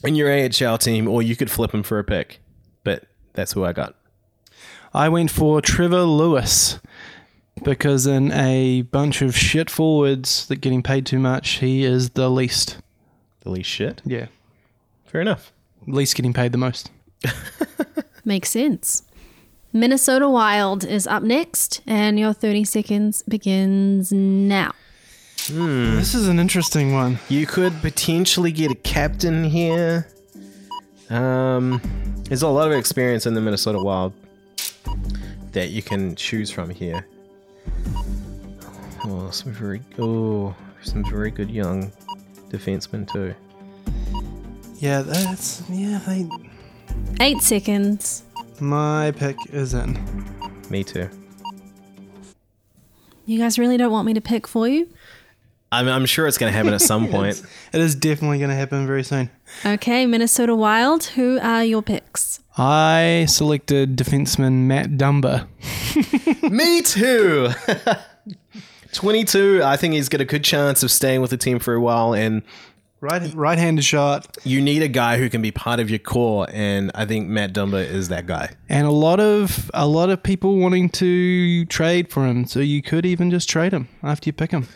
Speaker 2: in your AHL team or you could flip him for a pick. But that's who I got.
Speaker 3: I went for Trevor Lewis, because in a bunch of shit forwards that getting paid too much, he is the least.
Speaker 2: The least shit.
Speaker 3: Yeah.
Speaker 2: Fair enough.
Speaker 3: Least getting paid the most.
Speaker 5: Makes sense. Minnesota Wild is up next, and your 30 seconds begins now.
Speaker 3: This is an interesting one.
Speaker 2: You could potentially get a captain here. Um, there's a lot of experience in the Minnesota Wild that you can choose from here. Oh, some very oh, some very good young defensemen too.
Speaker 3: Yeah, that's yeah, they
Speaker 5: Eight seconds.
Speaker 3: my pick is in.
Speaker 2: Me too.
Speaker 5: You guys really don't want me to pick for you?
Speaker 2: I'm, I'm sure it's going to happen at some point.
Speaker 3: It is definitely gonna happen very soon.
Speaker 5: Okay, Minnesota Wild, who are your picks?
Speaker 3: I selected defenseman Matt Dumba.
Speaker 2: Me too. 22. I think he's got a good chance of staying with the team for a while, and
Speaker 3: Right right handed shot.
Speaker 2: you need a guy who can be part of your core. And I think Matt Dumba is that guy.
Speaker 3: And a lot of a lot of people wanting to trade for him. So you could even just trade him after you pick him.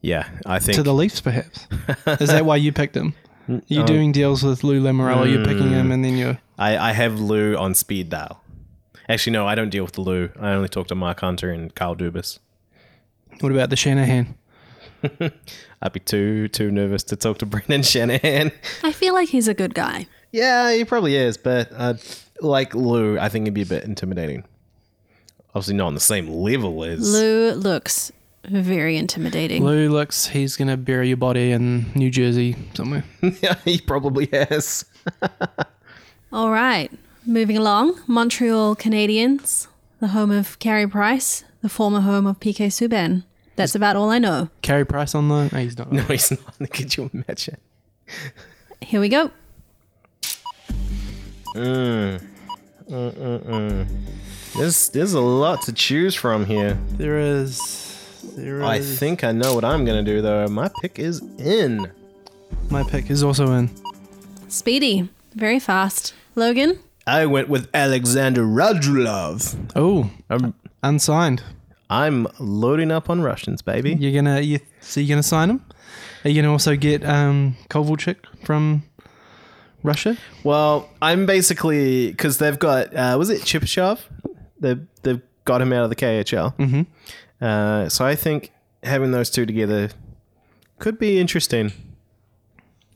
Speaker 2: Yeah, I think.
Speaker 3: To the Leafs perhaps. is that why you picked him? You're doing deals with Lou Lamorello, you're picking him and then you're
Speaker 2: I, I have Lou on speed dial. Actually, no, I don't deal with Lou. I only talk to Mark Hunter and Carl Dubas.
Speaker 3: what about the Shanahan?
Speaker 2: I'd be too too nervous to talk to Brendan Shanahan.
Speaker 5: I feel like he's a good guy.
Speaker 2: yeah, he probably is, but uh, like Lou, I think it'd be a bit intimidating. Obviously, not on the same level as
Speaker 5: Lou looks very intimidating.
Speaker 3: Lou looks he's gonna bury your body in New Jersey somewhere.
Speaker 2: Yeah, he probably has.
Speaker 5: All right, moving along. Montreal Canadiens, the home of Carey Price, the former home of PK Subban. That's about all I know.
Speaker 3: Carry Price on loan? No, he's not.
Speaker 2: No, he's not. Could you imagine?
Speaker 5: Here we go.
Speaker 2: There's there's a lot to choose from here.
Speaker 3: There is. There is.
Speaker 2: I think I know what I'm gonna do though. My pick is in.
Speaker 3: my pick is also in.
Speaker 5: Speedy, very fast. Logan,
Speaker 2: I went with Alexander Radulov.
Speaker 3: Oh,
Speaker 2: I'm
Speaker 3: unsigned.
Speaker 2: I'm loading up on Russians, baby.
Speaker 3: You're gonna you so you're gonna sign him. Are you gonna also get um Kovalchuk from Russia?
Speaker 2: Well, I'm basically because they've got uh, was it Chipchov? They they've got him out of the KHL. Mm-hmm. Uh, so I think having those two together could be interesting.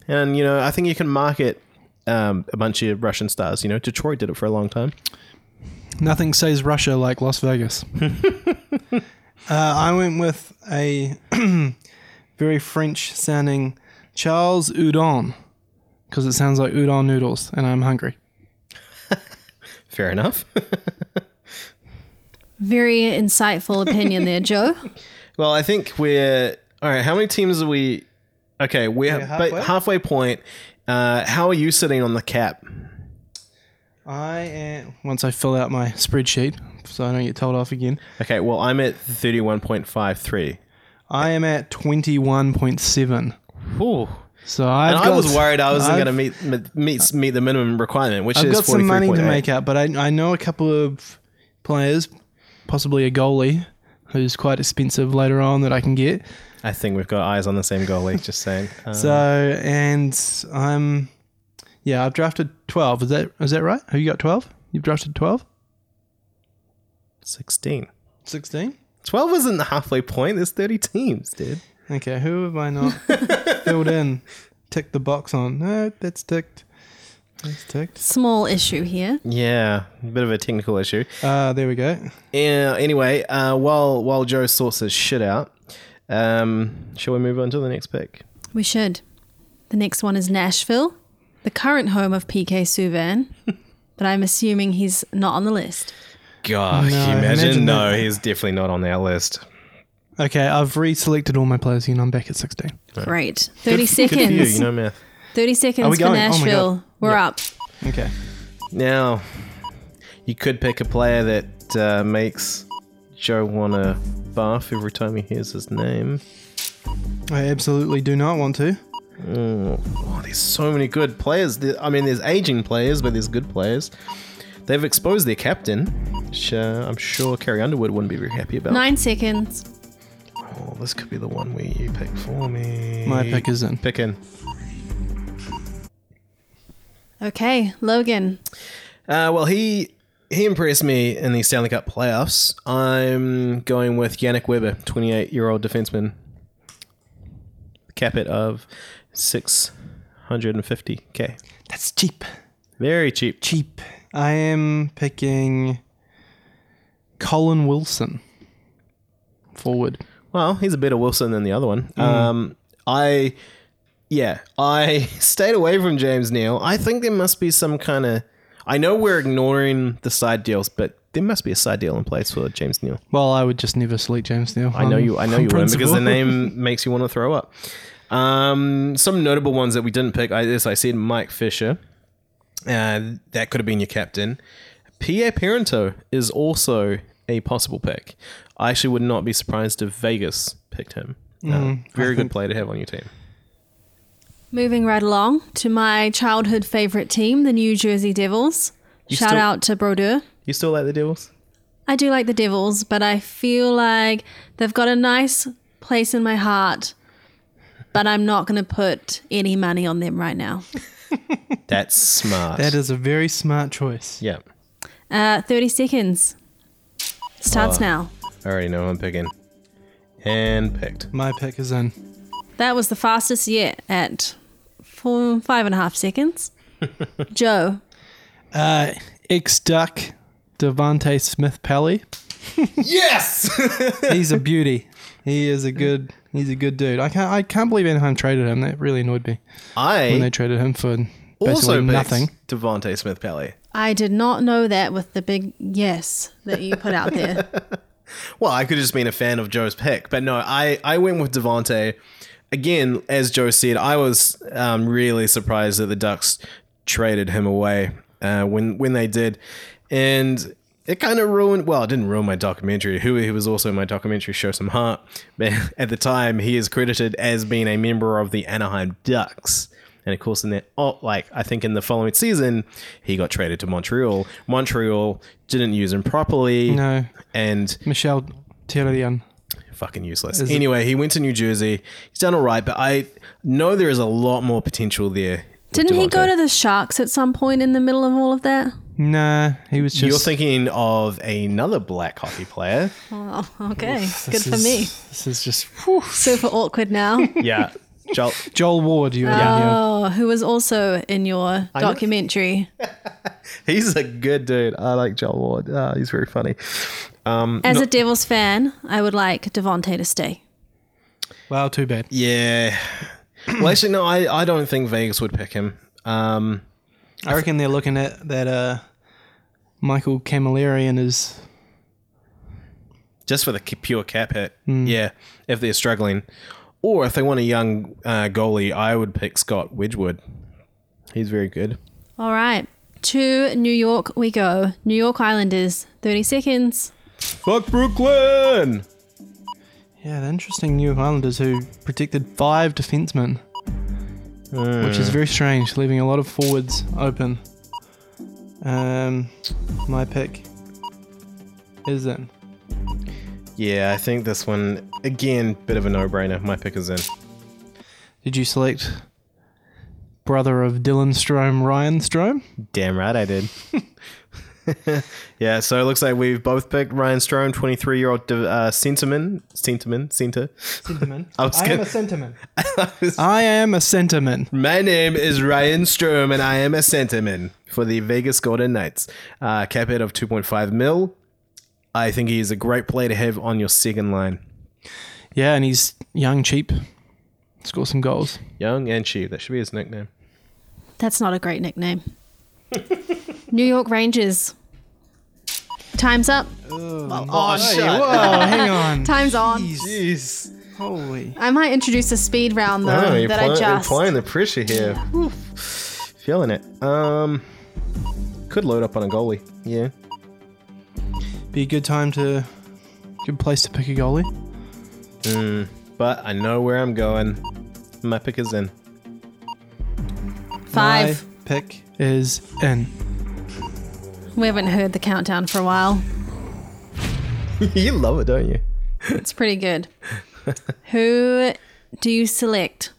Speaker 2: And you know, I think you can market um, a bunch of Russian stars. You know, Detroit did it for a long time.
Speaker 3: Nothing says Russia like Las Vegas. uh, I went with a very French sounding Charles Udon because it sounds like udon noodles, and I'm hungry.
Speaker 2: Fair enough.
Speaker 5: very insightful opinion there, Joe.
Speaker 2: well, I think we're all right. How many teams are we? Okay, we're, halfway?
Speaker 3: halfway?
Speaker 2: halfway point. Uh, how are you sitting on the cap?
Speaker 3: I am once I fill out my spreadsheet so I don't get told off again.
Speaker 2: Okay, well, I'm at thirty-one point five three.
Speaker 3: I am at twenty one point seven.
Speaker 2: Ooh.
Speaker 3: So I've
Speaker 2: And
Speaker 3: got,
Speaker 2: I was worried I wasn't
Speaker 3: I've-
Speaker 2: going to meet meet- meet meet the minimum requirement, which
Speaker 3: I've
Speaker 2: is
Speaker 3: got some money to
Speaker 2: 43.8.
Speaker 3: make up, but I, I know a couple of players, possibly a goalie who's quite expensive later on that I can get.
Speaker 2: I think we've got eyes on the same goalie. Just saying. Uh,
Speaker 3: So and I'm, yeah, I've drafted twelve. Is that is that right? Have you got twelve? You've drafted twelve?
Speaker 2: Sixteen.
Speaker 3: Sixteen?
Speaker 2: Twelve isn't the halfway point. There's thirty teams, dude.
Speaker 3: Okay, who have I not filled in? Tick the box on. No, that's ticked. That's ticked.
Speaker 5: Small issue here.
Speaker 2: Yeah, a bit of a technical issue.
Speaker 3: Uh, there we go.
Speaker 2: Yeah. Anyway, uh, while while Joe sorts his shit out, um, shall we move on to the next pick?
Speaker 5: We should. The next one is Nashville, the current home of PK Subban, but I'm assuming he's not on the list.
Speaker 2: God,
Speaker 3: No, imagine
Speaker 2: no,
Speaker 3: that.
Speaker 2: he's definitely not on our list.
Speaker 3: Okay, I've re-selected all my players here and I'm back at 16.
Speaker 5: Great. 30
Speaker 2: Good for
Speaker 5: seconds.
Speaker 2: you, you know math.
Speaker 5: 30
Speaker 3: Are
Speaker 5: seconds
Speaker 3: we
Speaker 5: for
Speaker 3: going? Oh my
Speaker 5: Nashville.
Speaker 3: God.
Speaker 5: We're up.
Speaker 3: Okay.
Speaker 2: Now, you could pick a player that uh, makes Joe want to barf every time he hears his name.
Speaker 3: I absolutely do not want to.
Speaker 2: Oh, there's so many good players. There- I mean, there's aging players, but there's good players. They've exposed their captain, which uh, I'm sure Carrie Underwood wouldn't be very happy about.
Speaker 5: Nine seconds.
Speaker 2: Oh, this could be the one where you pick for me.
Speaker 3: My pick is in.
Speaker 2: Pick in.
Speaker 5: Okay, Logan.
Speaker 2: Uh, well, he he impressed me in the Stanley Cup playoffs. I'm going with Yannick Weber, 28 year old defenseman. Cap it of 650k.
Speaker 3: That's cheap.
Speaker 2: Very cheap.
Speaker 3: Cheap. I am picking Colin Wilson. Forward.
Speaker 2: Well, he's a better Wilson than the other one. Um, I, yeah, I stayed away from James Neal. I think there must be some kind of. I know we're ignoring the side deals, but there must be a side deal in place for James Neal.
Speaker 3: Well, I would just never select James Neal.
Speaker 2: I know you. I know you wouldn't because the name makes you want to throw up. Um, some notable ones that we didn't pick. I, as I said, Mike Fisher. Uh, that could have been your captain. Pierre Parento is also a possible pick. I actually would not be surprised if Vegas picked him. Uh,
Speaker 3: Mm.
Speaker 2: very good player to have on your team.
Speaker 5: Moving right along to my childhood favorite team, the New Jersey Devils. Shout
Speaker 2: still-
Speaker 5: out to Brodeur.
Speaker 2: You still like the Devils?
Speaker 5: I do like the Devils, but I feel like they've got a nice place in my heart. But I'm not going to put any money on them right now.
Speaker 2: That's smart.
Speaker 3: That is a very smart choice.
Speaker 2: Yeah,
Speaker 5: Uh, 30 seconds. Starts now.
Speaker 2: I already know who I'm picking. And picked.
Speaker 3: My pick is in.
Speaker 5: That was the fastest yet at four, five and a half seconds. Joe.
Speaker 3: Uh, Ex Duck Devante Smith Pelly. yes, he's a beauty. He is a good. He's a good dude. I can't. I can't believe Anaheim traded him. That really annoyed me when they
Speaker 2: I
Speaker 3: traded him for basically
Speaker 2: also picked
Speaker 3: nothing.
Speaker 2: Devonte Smith Pelly.
Speaker 5: I did not know that with the big yes that you put out there.
Speaker 2: Well, I could have just been a fan of Joe's pick, but no, I, I went with Devonte. Again, as Joe said, I was um, really surprised that the Ducks traded him away uh, when when they did, and it kind of ruined. Well, it didn't ruin my documentary. Who he was also in my documentary, Show Some Heart, but at the time he is credited as being a member of the Anaheim Ducks. And of course, in the oh, like I think in the following season, he got traded to Montreal. Montreal didn't use him properly.
Speaker 3: No.
Speaker 2: and
Speaker 3: Michelle Therrien.
Speaker 2: fucking useless. anyway, he went to New Jersey. He's done all right, but I know there is a lot more potential there. with
Speaker 5: Didn't he go
Speaker 2: Devontae.
Speaker 5: to the Sharks at some point in the middle of all of that?
Speaker 3: Nah, he was just.
Speaker 2: You're thinking of another black hockey player.
Speaker 5: Oh, okay. Good
Speaker 3: This
Speaker 5: for
Speaker 3: is-
Speaker 5: me.
Speaker 3: This is just
Speaker 5: Super awkward now.
Speaker 2: Yeah. Joel,
Speaker 3: Joel Ward. You
Speaker 5: Oh, who was also in your documentary
Speaker 2: he's a good dude. I like Joel Ward. Ah, he's very funny. Mm,
Speaker 5: As a Devils fan, I would like Devontae to stay.
Speaker 3: Wow, too bad.
Speaker 2: Yeah. Well, actually, no, I, I don't think Vegas would pick him. Um,
Speaker 3: I reckon they're looking at that. Uh, Michael Camilleri and his.
Speaker 2: just for the ca- pure cap hit.
Speaker 3: Hmm.
Speaker 2: Yeah, if they're struggling, or if they want a young uh, goalie, I would pick Scott Wedgwood. He's very good.
Speaker 5: All right. To New York we go. New York Islanders, 30 seconds.
Speaker 2: Fuck Brooklyn.
Speaker 3: Yeah, the interesting New Islanders who protected five defensemen, which is very strange, leaving a lot of forwards open. Um, my pick is in.
Speaker 2: Yeah, I think this one again, bit of a no-brainer. My pick is in.
Speaker 3: Did you select brother of Dylan Strome, Ryan Strome?
Speaker 2: Damn right I did. yeah, so it looks like we've both picked Ryan Strome, 23-year-old uh, sentiment, sentiment, center. I was gonna-
Speaker 3: sentiment. I am a sentiment.
Speaker 2: My name is Ryan Strom, and I am a sentiment for the Vegas Golden Knights. Uh, cap hit of 2.5 mil. I think he is a great player to have on your second line.
Speaker 3: Yeah, and he's young, cheap, score some goals.
Speaker 2: Young and cheap. That should be his nickname.
Speaker 5: That's not a great nickname. New York Rangers. Time's up.
Speaker 2: Oh, shit.
Speaker 3: Whoa, hang on.
Speaker 5: Time's on.
Speaker 2: Jeez.
Speaker 3: Holy.
Speaker 5: I might introduce a speed round though
Speaker 2: Oh, you're
Speaker 5: that
Speaker 2: applying,
Speaker 5: I
Speaker 2: you're
Speaker 5: just
Speaker 2: applying the pressure here. Oof. Feeling it. Um, Could load up on a goalie. Yeah.
Speaker 3: Be a good time to. Good place to pick a goalie.
Speaker 2: But I know where I'm going. My pick is in.
Speaker 5: five.
Speaker 3: My pick is in.
Speaker 5: We haven't heard the countdown for a while.
Speaker 2: you love it, don't you?
Speaker 5: It's pretty good. Who do you select?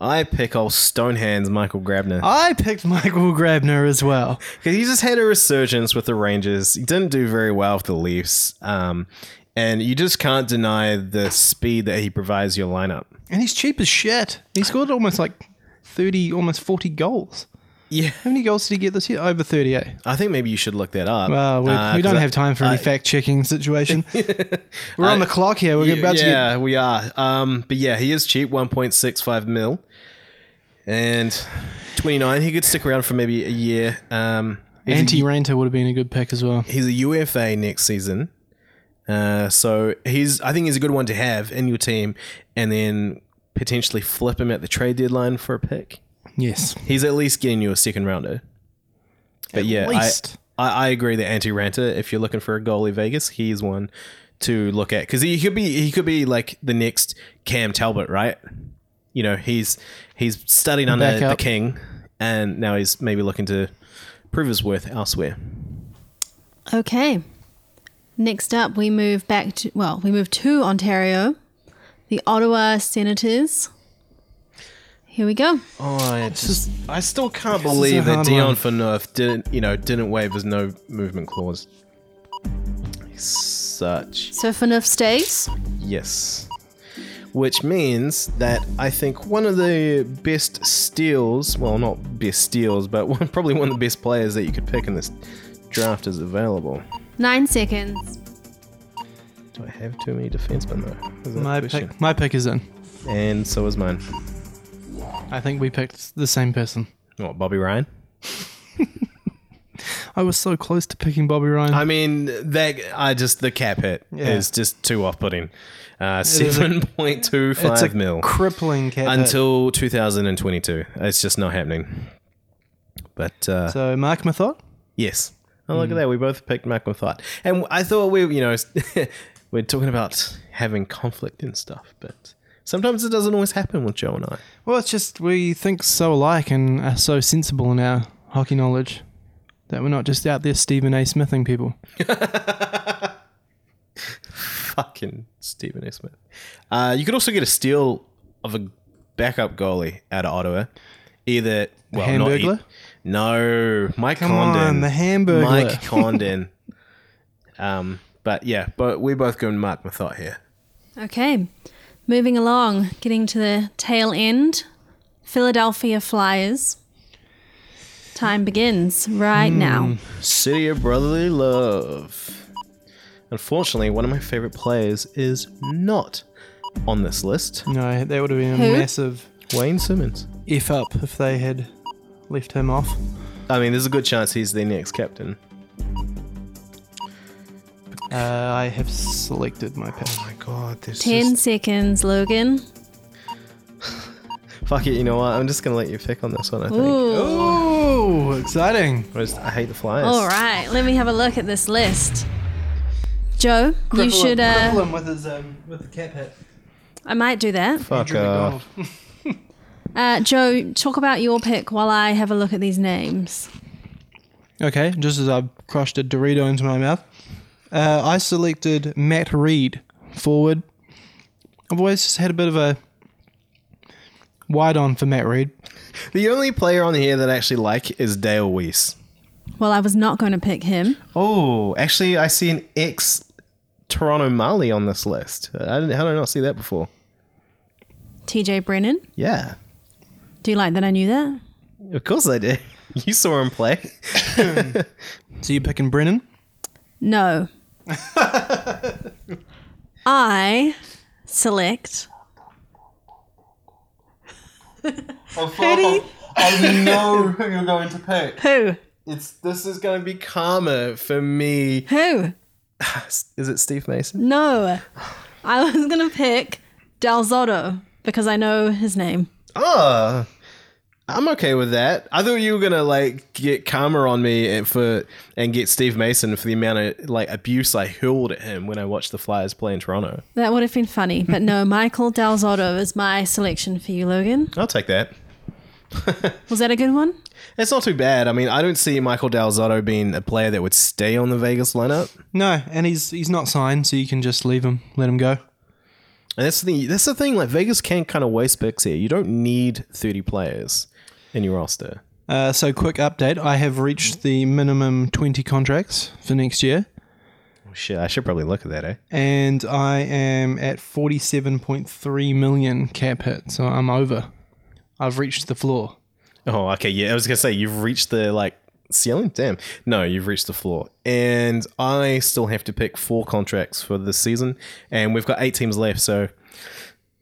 Speaker 2: I pick old Stonehands Michael Grabner.
Speaker 3: I picked Michael Grabner as well.
Speaker 2: Because he just had a resurgence with the Rangers. He didn't do very well with the Leafs. Um, and you just can't deny the speed that he provides your lineup.
Speaker 3: And he's cheap as shit. He scored almost like 30, almost 40 goals.
Speaker 2: Yeah.
Speaker 3: How many goals did he get this year? Over 38.
Speaker 2: I think maybe you should look that up.
Speaker 3: Well, we,
Speaker 2: Uh, 'cause
Speaker 3: we don't
Speaker 2: I-
Speaker 3: have time for any
Speaker 2: I-
Speaker 3: fact checking situation. We're on the clock here. We're
Speaker 2: Yeah,
Speaker 3: about to get
Speaker 2: yeah, we are. Um, but yeah, he is cheap, 1.65 mil. And 29, he could stick around for maybe a year. Um, he's a-
Speaker 3: Anti Ranta would have been a good pick as well.
Speaker 2: he's a UFA next season. Uh, so he's I think he's a good one to have in your team, and then potentially flip him at the trade deadline for a pick.
Speaker 3: Yes.
Speaker 2: He's at least getting you a second rounder. But yeah, I-
Speaker 3: least.
Speaker 2: I, I agree that Anti Ranta, if you're looking for a goalie, Vegas, he's one to look at because he could be he could be like the next Cam Talbot, right? You know, he's he's studied under the
Speaker 3: Backup.
Speaker 2: king, and now he's maybe looking to prove his worth elsewhere.
Speaker 5: Okay. Next up, we move back to, well, we move to Ontario, the Ottawa Senators. Here we go.
Speaker 2: Oh, I just I still can't
Speaker 3: is a
Speaker 2: believe that
Speaker 3: hard
Speaker 2: Dion
Speaker 3: one.
Speaker 2: Phaneuf didn't, you know, didn't waive his no movement clause. Such
Speaker 5: So Fanuff stays.
Speaker 2: yes, which means that I think one of the best steals, well, not best steals, but one, probably one of the best players that you could pick in this draft is available.
Speaker 5: Nine seconds.
Speaker 2: Do I have too many defensemen though? Is that
Speaker 3: My
Speaker 2: the question?
Speaker 3: pick, my pick is in.
Speaker 2: And so is mine.
Speaker 3: I think we picked the same person.
Speaker 2: What, Bobby Ryan?
Speaker 3: I was so close to picking Bobby Ryan.
Speaker 2: I mean, that I just the cap hit
Speaker 3: Yeah.
Speaker 2: is just too off-putting. Uh,
Speaker 3: is a-
Speaker 2: Seven point two
Speaker 3: it's a
Speaker 2: five mil
Speaker 3: crippling uh, cat. hit.
Speaker 2: until 2022. It's just not happening. But uh,
Speaker 3: so Mark Mathot.
Speaker 2: yes, oh
Speaker 3: Mm.
Speaker 2: look at that. We both picked Mac Mathot, and I thought we, you know, we're talking about having conflict and stuff, but sometimes it doesn't always happen with Joe and I.
Speaker 3: Well, it's just we think so alike and are so sensible in our hockey knowledge that we're not just out there Stephen A. Smithing people.
Speaker 2: Fucking Stephen A. Smith. Uh, you could also get a steal of a backup goalie out of Ottawa. Either well,
Speaker 3: Hamburglar?
Speaker 2: Not, e- no, Mike
Speaker 3: Come
Speaker 2: Condon.
Speaker 3: on, the Hamburglar.
Speaker 2: Mike Condon. um, but yeah, but we're both going Mark Mathot here.
Speaker 5: Okay. Moving along, getting to the tail end. Philadelphia Flyers. Time begins right now.
Speaker 2: City of Brotherly Love. Unfortunately, one of my favorite players is not on this list.
Speaker 3: No, that would have been a
Speaker 5: Who?
Speaker 3: massive
Speaker 2: Wayne Simmons.
Speaker 3: f up if they had left him off.
Speaker 2: I mean, there's a good chance he's the next captain.
Speaker 3: Uh, I have selected my pick.
Speaker 2: my god, there's
Speaker 5: Ten seconds, Logan.
Speaker 2: Fuck it, you know what? I'm just gonna let you pick on this one. I think.
Speaker 5: Ooh.
Speaker 3: Oh, exciting!
Speaker 2: I, just- I hate the flyers.
Speaker 5: All right, let me have a look at this list. Joe, you should. Uh,
Speaker 3: with his um, with the cap hit.
Speaker 5: I might do that.
Speaker 2: Fuck off.
Speaker 5: Uh, Joe, talk about your pick while I have a look at these names.
Speaker 3: Okay, just as I crushed a Dorito into my mouth, uh, I selected Matt Reed forward. I've always just had a bit of a wide on for Matt Reed.
Speaker 2: The only player on here that I actually like is Dale Weiss.
Speaker 5: Well, I was not going to pick him.
Speaker 2: Oh, actually, I see an ex Toronto Marley on this list. I didn't, how did I not see that before?
Speaker 5: TJ Brennan.
Speaker 2: Yeah,
Speaker 5: Do you like that I knew that?
Speaker 2: of course I did. You saw him play.
Speaker 3: So you're picking Brennan?
Speaker 5: No. I select.
Speaker 2: I know who you're going to pick.
Speaker 5: Who?
Speaker 2: It's this is going to be karma for me.
Speaker 5: Who?
Speaker 2: Is it Steve Mason?
Speaker 5: No. I was going to pick Dalzotto because I know his name.
Speaker 2: Oh, I'm okay with that. I thought you were gonna like get karma on me and for and get Steve Mason for the amount of like abuse I hurled at him when I watched the Flyers play in Toronto.
Speaker 5: That would have been funny, but no, Michael Dalzotto is my selection for you, Logan.
Speaker 2: I'll take that.
Speaker 5: Was that a good one?
Speaker 2: It's not too bad. I mean, I don't see Michael Dalzotto being a player that would stay on the Vegas lineup.
Speaker 3: No, and he's he's not signed, so you can just leave him, let him go.
Speaker 2: And that's the thing. That's the thing. Like Vegas can kind of waste picks here. You don't need thirty players in your roster.
Speaker 3: Uh, so quick update: I have reached the minimum twenty contracts for next year,
Speaker 2: Oh, shit, I should probably look at that. Eh.
Speaker 3: and I am at forty-seven point three million cap hit. So I'm over. I've reached the floor.
Speaker 2: Oh, okay. Yeah, I was gonna say you've reached the like ceiling. Damn. No, you've reached the floor, and I still have to pick four contracts for this season, and we've got eight teams left. So,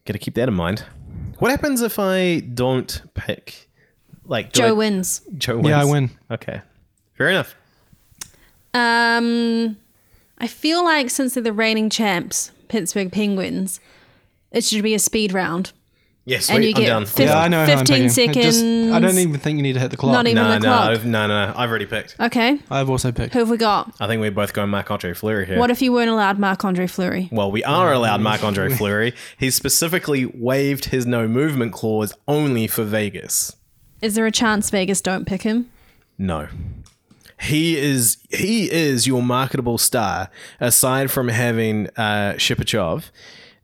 Speaker 2: gotta keep that in mind. What happens if I don't pick? Like do
Speaker 5: Joe
Speaker 2: I-
Speaker 5: wins.
Speaker 2: Joe wins.
Speaker 3: Yeah, I win.
Speaker 2: Okay, fair enough.
Speaker 5: Um, I feel like since they're the reigning champs, Pittsburgh Penguins, it should be a speed round.
Speaker 2: Yes,
Speaker 5: And
Speaker 2: wait,
Speaker 5: you
Speaker 2: I'm
Speaker 5: get
Speaker 2: done.
Speaker 5: fif-
Speaker 2: I'm
Speaker 3: Yeah, I
Speaker 2: done.
Speaker 3: know. how I'm
Speaker 5: 15
Speaker 3: picking. It just- I don't
Speaker 5: seconds.
Speaker 3: even think you need to hit the clock.
Speaker 5: Not e- even
Speaker 2: No,
Speaker 5: the
Speaker 2: no,
Speaker 5: clock.
Speaker 2: I've, no, no, no. I've already picked.
Speaker 5: Okay.
Speaker 3: I've also picked.
Speaker 5: Who have we got?
Speaker 2: I think we're both going Marc Andre Fleury here.
Speaker 5: What if you weren't allowed Marc Andre Fleury?
Speaker 2: well, we are allowed Marc Andre Fleury. He specifically waived his no movement clause only for Vegas.
Speaker 5: Is there a chance Vegas don't pick him?
Speaker 2: No. He is he is your marketable star aside from having uh Shipachov.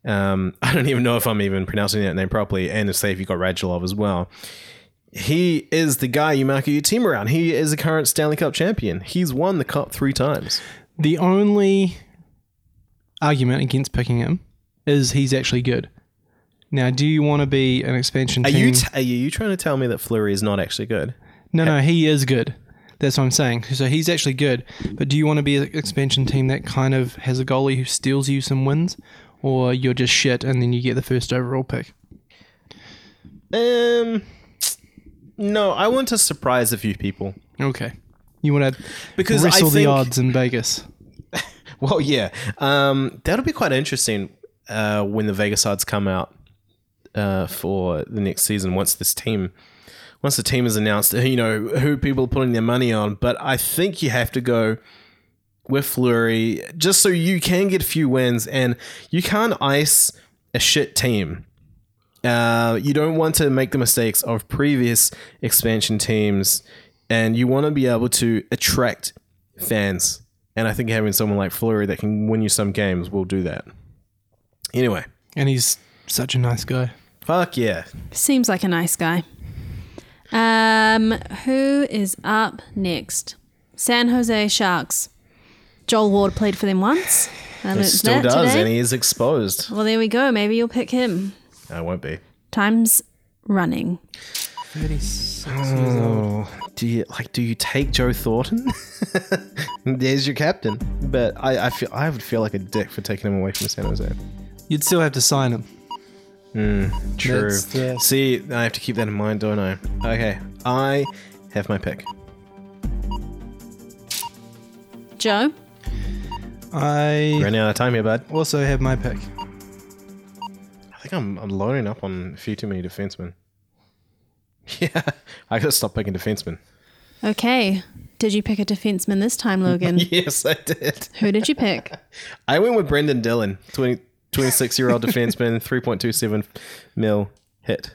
Speaker 2: Um, I don't even know if I'm even pronouncing that name properly, and to say if you got Radulov as well. He is the guy you market your team around. He is the current Stanley Cup champion. He's won the cup three times.
Speaker 3: The only argument against picking him is he's actually good. Now, do you want to be an expansion
Speaker 2: Are
Speaker 3: team?
Speaker 2: you t- are you trying to tell me that Fleury is not actually good?
Speaker 3: no, no, he is good. That's what I'm saying. So he's actually good. But do you want to be an expansion team that kind of has a goalie who steals you some wins, or you're just shit and then you get the first overall pick?
Speaker 2: Um, no, I want to surprise a few people.
Speaker 3: Okay, you want to
Speaker 2: Because I
Speaker 3: wrestle the
Speaker 2: think-
Speaker 3: odds in Vegas.
Speaker 2: Well, yeah. Um, that'll be quite interesting uh, when the Vegas odds come out uh, for the next season. Once this team, once the team is announced, you know who people are putting their money on. But I think you have to go with Flurry just so you can get a few wins, and you can't ice a shit team. Uh, you don't want to make the mistakes of previous expansion teams, and you want to be able to attract fans. And I think having someone like Fleury that can win you some games will do that. Anyway,
Speaker 3: And he's such a nice guy.
Speaker 2: fuck yeah.
Speaker 5: Seems like a nice guy. Um, who is up next? San Jose Sharks. Joel Ward played for them once. I
Speaker 2: He
Speaker 5: learnt
Speaker 2: still
Speaker 5: that
Speaker 2: does,
Speaker 5: today.
Speaker 2: and he is exposed.
Speaker 5: Well, there we go. Maybe you'll pick him.
Speaker 2: I won't be.
Speaker 5: Time's running.
Speaker 2: Oh, Do you like? Do you take Joe Thornton? There's your captain. But I, I feel I would feel like a dick for taking him away from San Jose.
Speaker 3: You'd still have to sign him.
Speaker 2: True.
Speaker 3: That's the-
Speaker 2: See, I have to keep that in mind, don't I? Okay, I have my pick.
Speaker 5: Joe?
Speaker 3: I
Speaker 2: Running out of time here, bud.
Speaker 3: also have my pick.
Speaker 2: I think I'm, I'm loading up on a few too many defensemen. Yeah, I gotta stop picking defensemen.
Speaker 5: Okay. Did you pick a defenseman this time, Logan?
Speaker 2: Yes, I did.
Speaker 5: Who did you pick?
Speaker 2: I went with Brendan Dillon, 20, 26 year old defenseman, 3.27 mil hit.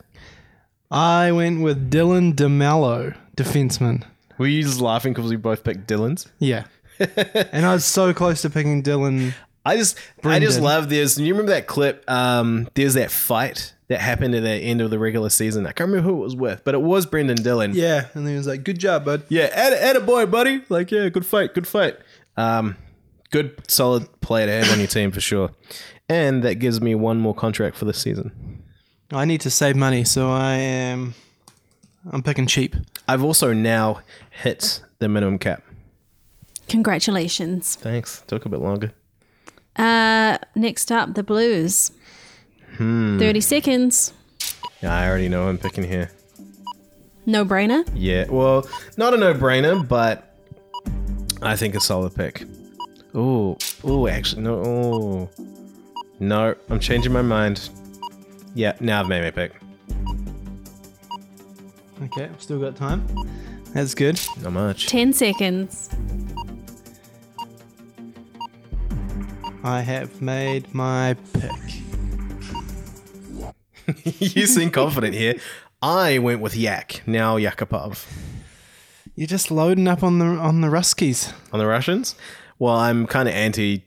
Speaker 3: I went with Dylan DeMello, defenseman.
Speaker 2: Were you just laughing because we both picked Dillon's?
Speaker 3: Yeah. and I was so close to picking Dylan.
Speaker 2: I just, I just
Speaker 3: Brendan.
Speaker 2: love this. You remember that clip? Um, there's that fight that happened at the end of the regular season. I can't remember who it was with, but it was Brendan Dillon.
Speaker 3: Yeah. And he was like, good job, bud.
Speaker 2: Yeah, add, add a boy, buddy. Like, yeah, good fight, good fight. Um, good, solid player to have on your team for sure. And that gives me one more contract for this season.
Speaker 3: I need to save money, so I am. I'm picking cheap.
Speaker 2: I've also now hit the minimum cap.
Speaker 5: Congratulations.
Speaker 2: Thanks. Took a bit longer.
Speaker 5: Uh, next up, the Blues.
Speaker 2: Hmm.
Speaker 5: 30 seconds.
Speaker 2: Yeah, I already know I'm picking here.
Speaker 5: No brainer.
Speaker 2: Yeah, well, not a no-brainer, but I think a solid pick. Ooh, ooh, actually, no, ooh. no, I'm changing my mind. Yeah, now I've made my pick.
Speaker 3: Okay. I've still got time. That's good.
Speaker 2: Not much.
Speaker 5: 10 seconds.
Speaker 3: I have made my pick.
Speaker 2: you seem confident here. I went with Yak, now Yakupov.
Speaker 3: You're just loading up on the on the Ruskies.
Speaker 2: On the Russians? Well, I'm kind of anti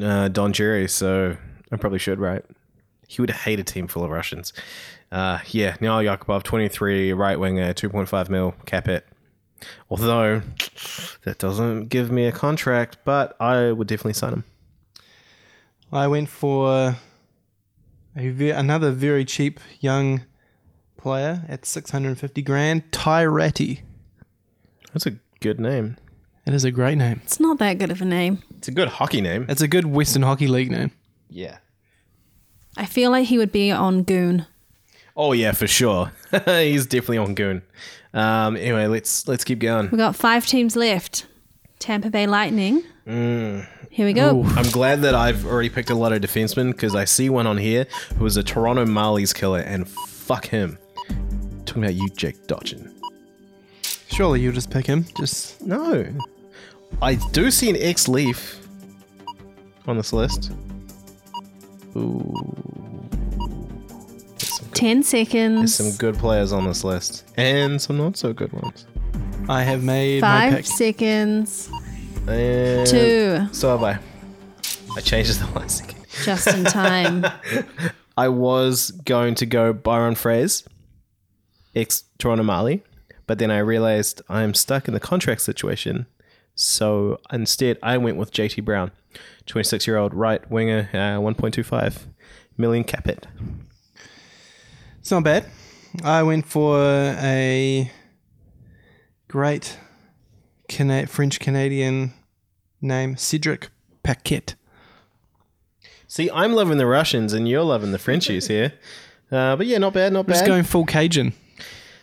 Speaker 2: uh, Don Cherry, so I probably should, right? He would hate a team full of Russians. Uh, yeah, now Yakupov, 23, right winger, 2.5 mil, cap it. Although, that doesn't give me a contract, but I would definitely sign him.
Speaker 3: I went for a ve- another very cheap young player at 650 grand, Ty Ratty.
Speaker 2: That's a good name.
Speaker 3: It is a great name.
Speaker 5: It's not that good of a name.
Speaker 2: It's a good hockey name.
Speaker 3: It's a good Western Hockey League name.
Speaker 2: Yeah.
Speaker 5: I feel like he would be on Goon.
Speaker 2: Oh yeah, for sure. He's definitely on goon. Um, anyway, let's let's keep going.
Speaker 5: We got five teams left. Tampa Bay Lightning.
Speaker 2: Hmm.
Speaker 5: Here we go.
Speaker 2: I'm glad that I've already picked a lot of defensemen because I see one on here who is a Toronto Marlies killer, and fuck him. Talking about you, Jake Dodgen.
Speaker 3: Surely you'll just pick him. Just
Speaker 2: No, I do see an ex Leaf on this list.
Speaker 5: Ten seconds.
Speaker 2: Some good players on this list, and some not so good ones.
Speaker 3: I have made my
Speaker 5: Five
Speaker 3: pick.
Speaker 5: seconds.
Speaker 2: And
Speaker 5: Two.
Speaker 2: So have I. I changed it the last second.
Speaker 5: Just in time.
Speaker 2: I was going to go Byron Fraze, ex Toronto Marley, but then I realized I'm stuck in the contract situation. So instead, I went with JT Brown, 26 year old right winger, uh, 1.25 million cap it.
Speaker 3: It's not bad. I went for a great Cana- French Canadian name, Cedric Paquette.
Speaker 2: See, I'm loving the Russians and you're loving the Frenchies here. Uh, but yeah, not bad, not
Speaker 3: Just
Speaker 2: bad.
Speaker 3: going full Cajun.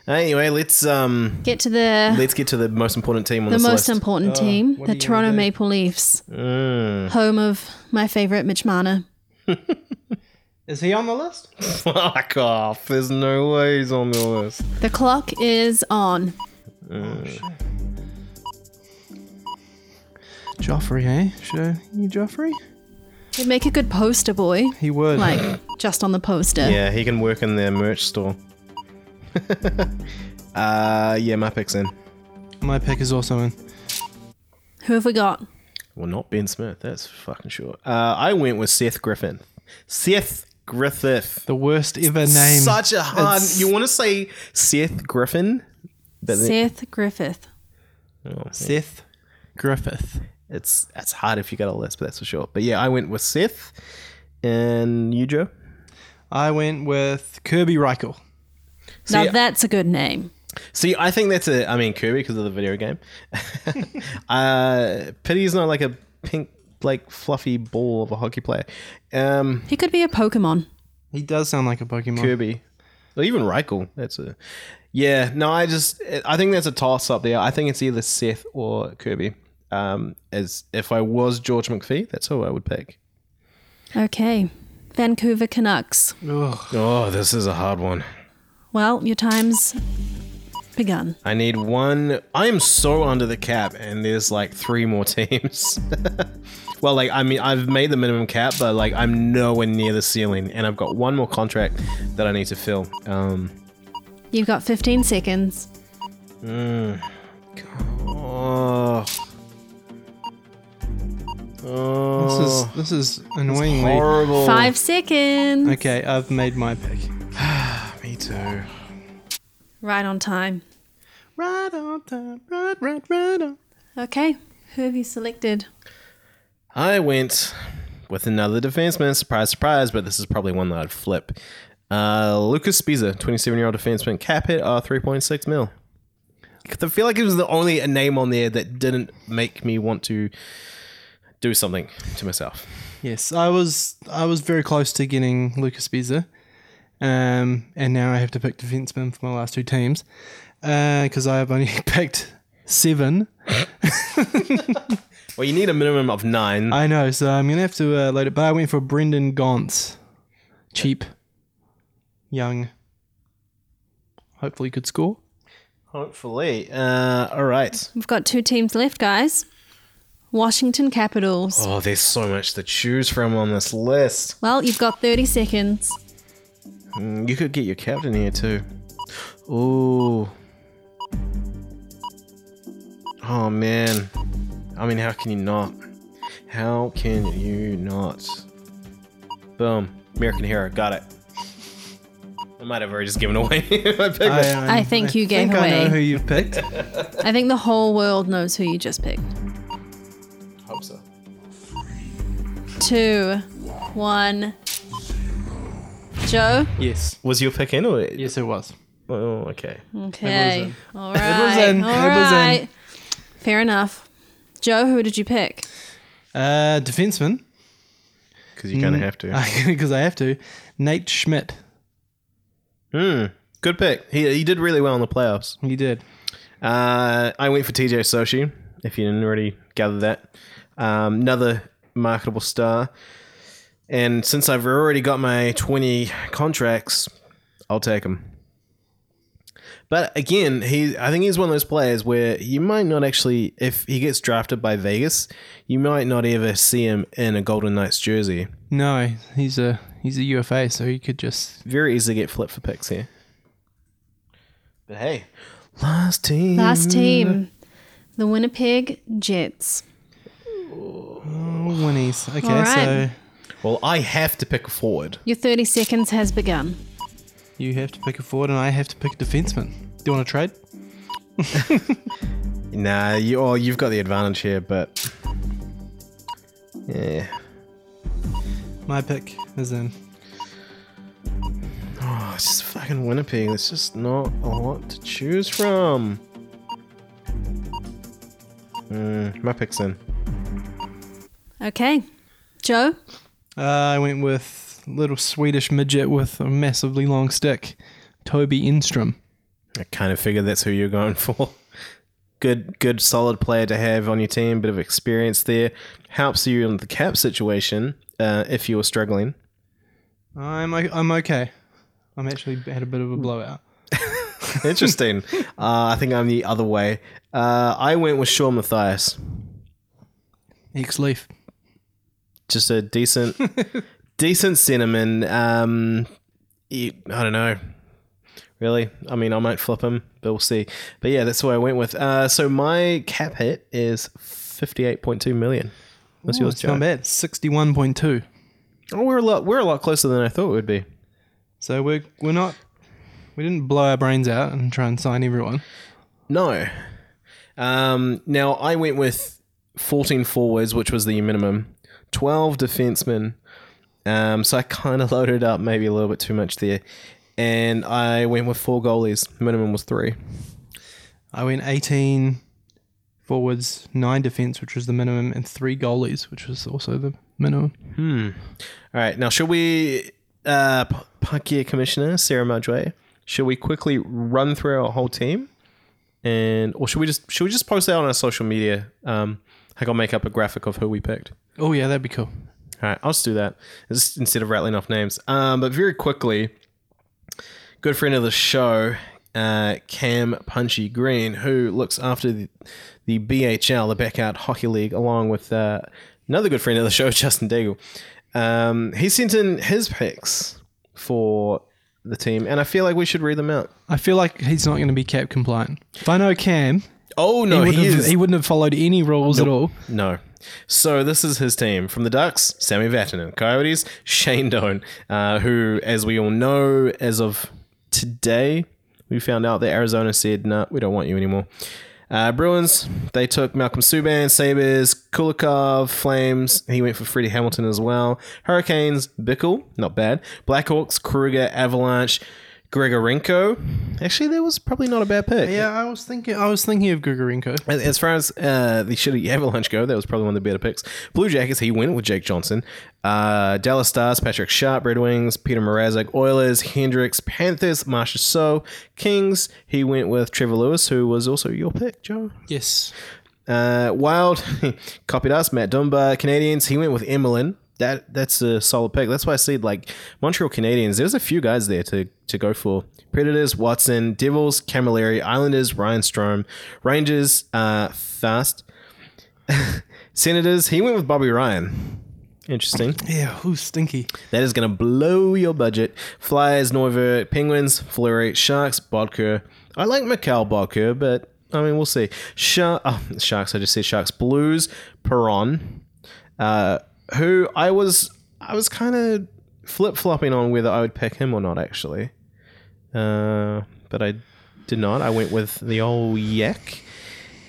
Speaker 2: Anyway, let's um,
Speaker 5: Get to the
Speaker 2: let's get to the most important team on
Speaker 5: the
Speaker 2: this
Speaker 5: most
Speaker 2: list.
Speaker 5: important team, the Toronto Maple Leafs,
Speaker 2: Mm.
Speaker 5: home of my favorite Mitch Marner.
Speaker 3: Is he on the list?
Speaker 2: Fuck off! There's no way he's on the list.
Speaker 5: The clock is on.
Speaker 3: Joffrey, eh? Sure, you Joffrey?
Speaker 5: He'd make a good poster boy,
Speaker 3: He would.
Speaker 5: like just on the poster.
Speaker 2: Yeah, he can work in their merch store. uh, yeah, my pick's in.
Speaker 3: My pick is also in.
Speaker 5: Who have we got?
Speaker 2: Well, not Ben Smith, that's fucking sure. Uh, I went with Seth Griffin. Seth Griffith.
Speaker 3: The worst ever name.
Speaker 2: Such a hard.
Speaker 3: It's-
Speaker 2: You want to say Seth Griffin? But then-
Speaker 5: Seth Griffith.
Speaker 2: oh,
Speaker 3: Seth Griffith.
Speaker 2: it's that's hard if you got a list, but that's for sure. But yeah, I went with Seth and you, Joe.
Speaker 3: I went with Kirby Reichel.
Speaker 5: now
Speaker 2: See,
Speaker 5: that's a good name.
Speaker 2: See, I think that's a. I mean, Kirby because of the video game. uh, Pity's not like a pink, like fluffy ball of a hockey player. Um,
Speaker 5: He could be a Pokemon.
Speaker 3: He does sound like a Pokemon.
Speaker 2: Kirby, or even Reichel. That's a. Yeah, no, I just I think that's a toss up there. I think it's either Seth or Kirby. Um, as if I was George McPhee, that's who I would pick.
Speaker 5: Okay. Vancouver Canucks.
Speaker 3: Ugh.
Speaker 2: Oh, this is a hard one.
Speaker 5: Well, your time's begun.
Speaker 2: I need one. I am so under the cap, and there's like three more teams. well, like, I mean, I've made the minimum cap, but like, I'm nowhere near the ceiling, and I've got one more contract that I need to fill. Um,
Speaker 5: You've got 15 seconds.
Speaker 2: oh. Oh,
Speaker 3: This is this is annoyingly
Speaker 2: horrible.
Speaker 5: Five seconds.
Speaker 3: Okay, I've made my pick.
Speaker 2: Me too.
Speaker 5: Right on time.
Speaker 3: Right on time, right, right, right
Speaker 2: uh.
Speaker 3: on.
Speaker 5: Okay. Who have you selected?
Speaker 2: I went with another defenseman. Surprise, surprise, but this is probably one that I'd flip. Uh, Lucas Spiza, 27 year old defenseman, cap hit uh, 3.6 mil. 'Cause I feel like it was the only name on there that didn't make me want to do something to myself.
Speaker 3: Yes, I was I was very close to getting Lucas Beza, um, and now I have to pick defenseman for my last two teams because I have only picked seven.
Speaker 2: Well, you need a minimum of nine.
Speaker 3: I know, so I'm gonna have to uh, load it. But I went for Brendan Gauntz, cheap, young, hopefully could score.
Speaker 2: Hopefully. Uh, all right.
Speaker 5: We've got two teams left, guys. Washington Capitals.
Speaker 2: Oh, there's so much to choose from on this list.
Speaker 5: Well, you've got 30 seconds.
Speaker 2: Mm, You could get your captain here, too. Ooh. Oh man. I mean, how can you not? How can you not? Boom. American Hero. Got it. I might have already just given away my pick.
Speaker 3: uh,
Speaker 5: I think you gave
Speaker 3: think I know
Speaker 5: away.
Speaker 3: who you picked.
Speaker 5: I think the whole world knows who you just picked.
Speaker 2: hope so.
Speaker 5: Two, one. Joe.
Speaker 3: yes.
Speaker 2: Was your pick in or?
Speaker 3: Yes, it was.
Speaker 2: Oh, okay.
Speaker 5: Okay. All right.
Speaker 3: in.
Speaker 5: All
Speaker 3: It was in.
Speaker 5: right. Fair enough. Joe, who did you pick?
Speaker 3: Uh, defenseman,
Speaker 2: Because you kind of have to.
Speaker 3: because I have to. Nate Schmidt.
Speaker 2: Hmm. Good pick. He, he did really well in the playoffs.
Speaker 3: He did.
Speaker 2: Uh, I went for TJ Soshi, if you didn't already gather that. Um, another marketable star. And since I've already got my 20 contracts, I'll take him. But again, he I think he's one of those players where you might not actually, if he gets drafted by Vegas, you might not ever see him in a Golden Knights jersey.
Speaker 3: No, he's a he's a UFA, so he could just
Speaker 2: Very easy to get flipped for picks here. But hey, last team.
Speaker 5: Last team, the Winnipeg Jets.
Speaker 3: winnies. Okay,
Speaker 5: All
Speaker 3: so
Speaker 5: right.
Speaker 2: Well, I have to pick a forward.
Speaker 5: Your 30 seconds has begun.
Speaker 3: you have to pick a forward, and I have to pick a defenseman. Do you want to trade?
Speaker 2: Nah, you oh, you've got the advantage here, but yeah.
Speaker 3: My pick is in.
Speaker 2: Oh, it's just fucking Winnipeg. There's just not a lot to choose from. Mm, my pick's in.
Speaker 5: Okay. Joe,
Speaker 3: Uh, I went with little Swedish midget with a massively long stick, Toby Enstrom.
Speaker 2: I kind of figured that's who you're going for. Good, good, solid player to have on your team. Bit of experience there helps you in the cap situation uh, if you were struggling.
Speaker 3: I'm o- I'm okay. I'm actually had a bit of a blowout.
Speaker 2: Interesting. uh, I think I'm the other way. Uh, I went with Shawn Matthias.
Speaker 3: Ex Leaf.
Speaker 2: just a decent decent cinnamon um e- i don't know really i mean i might flip him but we'll see but yeah that's what i went with uh so my cap hit is 58.2 million what's yours
Speaker 3: It's not
Speaker 2: Joe?
Speaker 3: bad. Sixty-one point two.
Speaker 2: oh we're a lot we're a lot closer than i thought we would be
Speaker 3: So we're we're not we didn't blow our brains out and try and sign everyone.
Speaker 2: no um now i went with 14 forwards which was the minimum 12 defensemen um so i kind of loaded up maybe a little bit too much there and i went with four goalies minimum was three
Speaker 3: I went eighteen forwards, nine defense, which was the minimum, and three goalies, which was also the minimum.
Speaker 2: All right, now should we, uh, P- Pakia Commissioner Sarah Madre, should we quickly run through our whole team, and or should we just should we just post that on our social media? Um, like I'll make up a graphic of who we picked.
Speaker 3: Oh yeah, that'd be cool.
Speaker 2: All right, I'll just do that just instead of rattling off names. Um, but very quickly, good friend of the show, uh, Cam Punchy Green, who looks after the, the BHL, the Backout Hockey League, along with uh, another good friend of the show, Justin Daigle. Um, he sent in his picks for the team, and I feel like we should read them out.
Speaker 3: I feel like he's not going to be cap compliant. If I know Cam,
Speaker 2: Oh no,
Speaker 3: he,
Speaker 2: he,
Speaker 3: wouldn't have,
Speaker 2: is
Speaker 3: he wouldn't have followed any rules at all.
Speaker 2: No. So this is his team from the Ducks, Sammy Vatanen, Coyotes, Shane Doan, uh, who, as we all know, as of today, we found out that Arizona said, "No, we don't want you anymore." Uh, Bruins, they took Malcolm Subban, Sabres, Kulikov, Flames. He went for Freddie Hamilton as well. Hurricanes, Bickle, not bad. Blackhawks, Kruger, Avalanche, Gregorenko. Actually, that was probably not a bad pick.
Speaker 3: Yeah, I was thinking. I was thinking of Grigorenko.
Speaker 2: As- As far as uh, the shitty Avalanche go, that was probably one of the better picks. Blue Jackets, he went with Jake Johnson. Uh, Dallas Stars, Patrick Sharp, Red Wings, Peter Mrazek, Oilers, Hendricks, Panthers, Marcia So, Kings, he went with Trevor Lewis, who was also your pick, Joe.
Speaker 3: Yes,
Speaker 2: Uh, Wild copied us. Matt Dunbar, Canadians. He went with Emelin. That that's a solid pick. That's why I said like Montreal Canadiens. There's a few guys there to to go for. Predators, Watson, Devils, Camilleri, Islanders, Ryan Strom, Rangers, uh, Fast, Senators. He went with Bobby Ryan. Interesting.
Speaker 3: Yeah, who's stinky?
Speaker 2: That is going to blow your budget. Flyers, Neuver, Penguins, Fleury, Sharks, Bodker. I like Mikhail Bodker, but I mean, we'll see. Shar oh, Sharks, I just said Sharks. Blues, Peron, uh, who I was, I was kind of flip flopping on whether I would pick him or not, actually. Uh, but I did not. I went with the old Yak.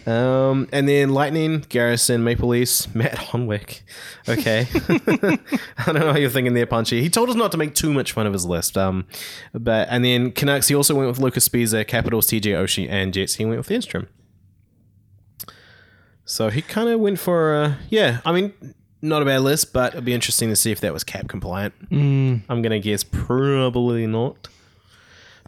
Speaker 2: Um, and then Lightning, Garrison, Maple Leafs, Matt Honwick. Okay. I don't know how you're thinking there, Punchy. He told us not to make too much fun of his list. Um, but and then Canucks, he also went with Lucas Spezza, Capitals, TJ Oshie, and Jets. He went with Enstrom. So he kind of went for uh, yeah. I mean, not a bad list, but it'd be interesting to see if that was cap compliant. I'm gonna guess probably not.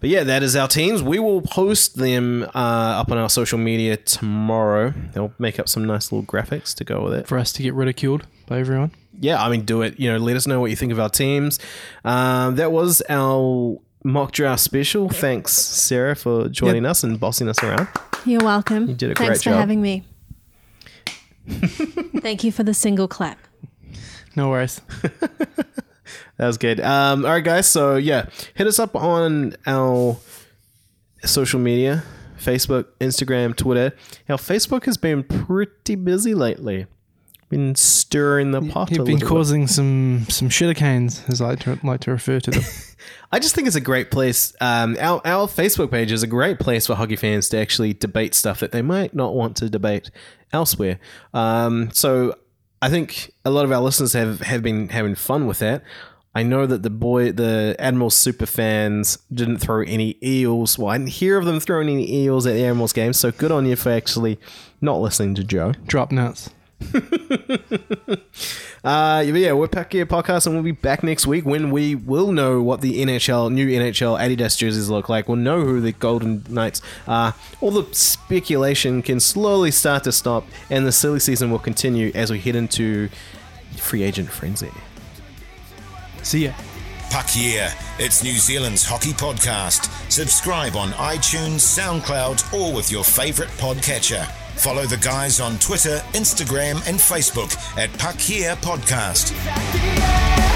Speaker 2: But yeah, that is our teams. We will post them uh, up on our social media tomorrow. They'll make up some nice little graphics to go with it
Speaker 3: For us to get ridiculed by everyone.
Speaker 2: yeah, I mean, do it. You know, let us know what you think of our teams. Um, that was our mock draft special. Thanks, Sarah, for joining us and bossing us around.
Speaker 5: You're welcome. You
Speaker 2: did a great
Speaker 5: Thanks for
Speaker 2: job.
Speaker 5: having me. Thank you for the single clap.
Speaker 3: No worries.
Speaker 2: That was good. Um, all right, guys. So yeah, hit us up on our social media: Facebook, Instagram, Twitter. Our Facebook has been pretty busy lately. Been stirring the pot. a
Speaker 3: You've been
Speaker 2: little bit.
Speaker 3: causing some some shittercanes, as I like to, like to refer to them.
Speaker 2: I just think it's a great place. Um, our, our Facebook page is a great place for hockey fans to actually debate stuff that they might not want to debate elsewhere. Um, so I think a lot of our listeners have, have been having fun with that. I know that the boy, the Admiral super fans didn't throw any eels. Well, I didn't hear of them throwing any eels at the Admirals game. So good on you for actually not listening to Joe.
Speaker 3: Drop nuts.
Speaker 2: Uh, yeah, but yeah, we're Pack Gear Podcast, and we'll be back next week when we will know what the NHL new NHL Adidas jerseys look like. We'll know who the Golden Knights are. All the speculation can slowly start to stop, and the silly season will continue as we head into free agent frenzy.
Speaker 3: See ya.
Speaker 1: Puck Year. It's New Zealand's hockey podcast. Subscribe on iTunes, SoundCloud, or with your favourite podcatcher. Follow the guys on Twitter, Instagram, and Facebook at Puck Year Podcast.
Speaker 6: Back to the air.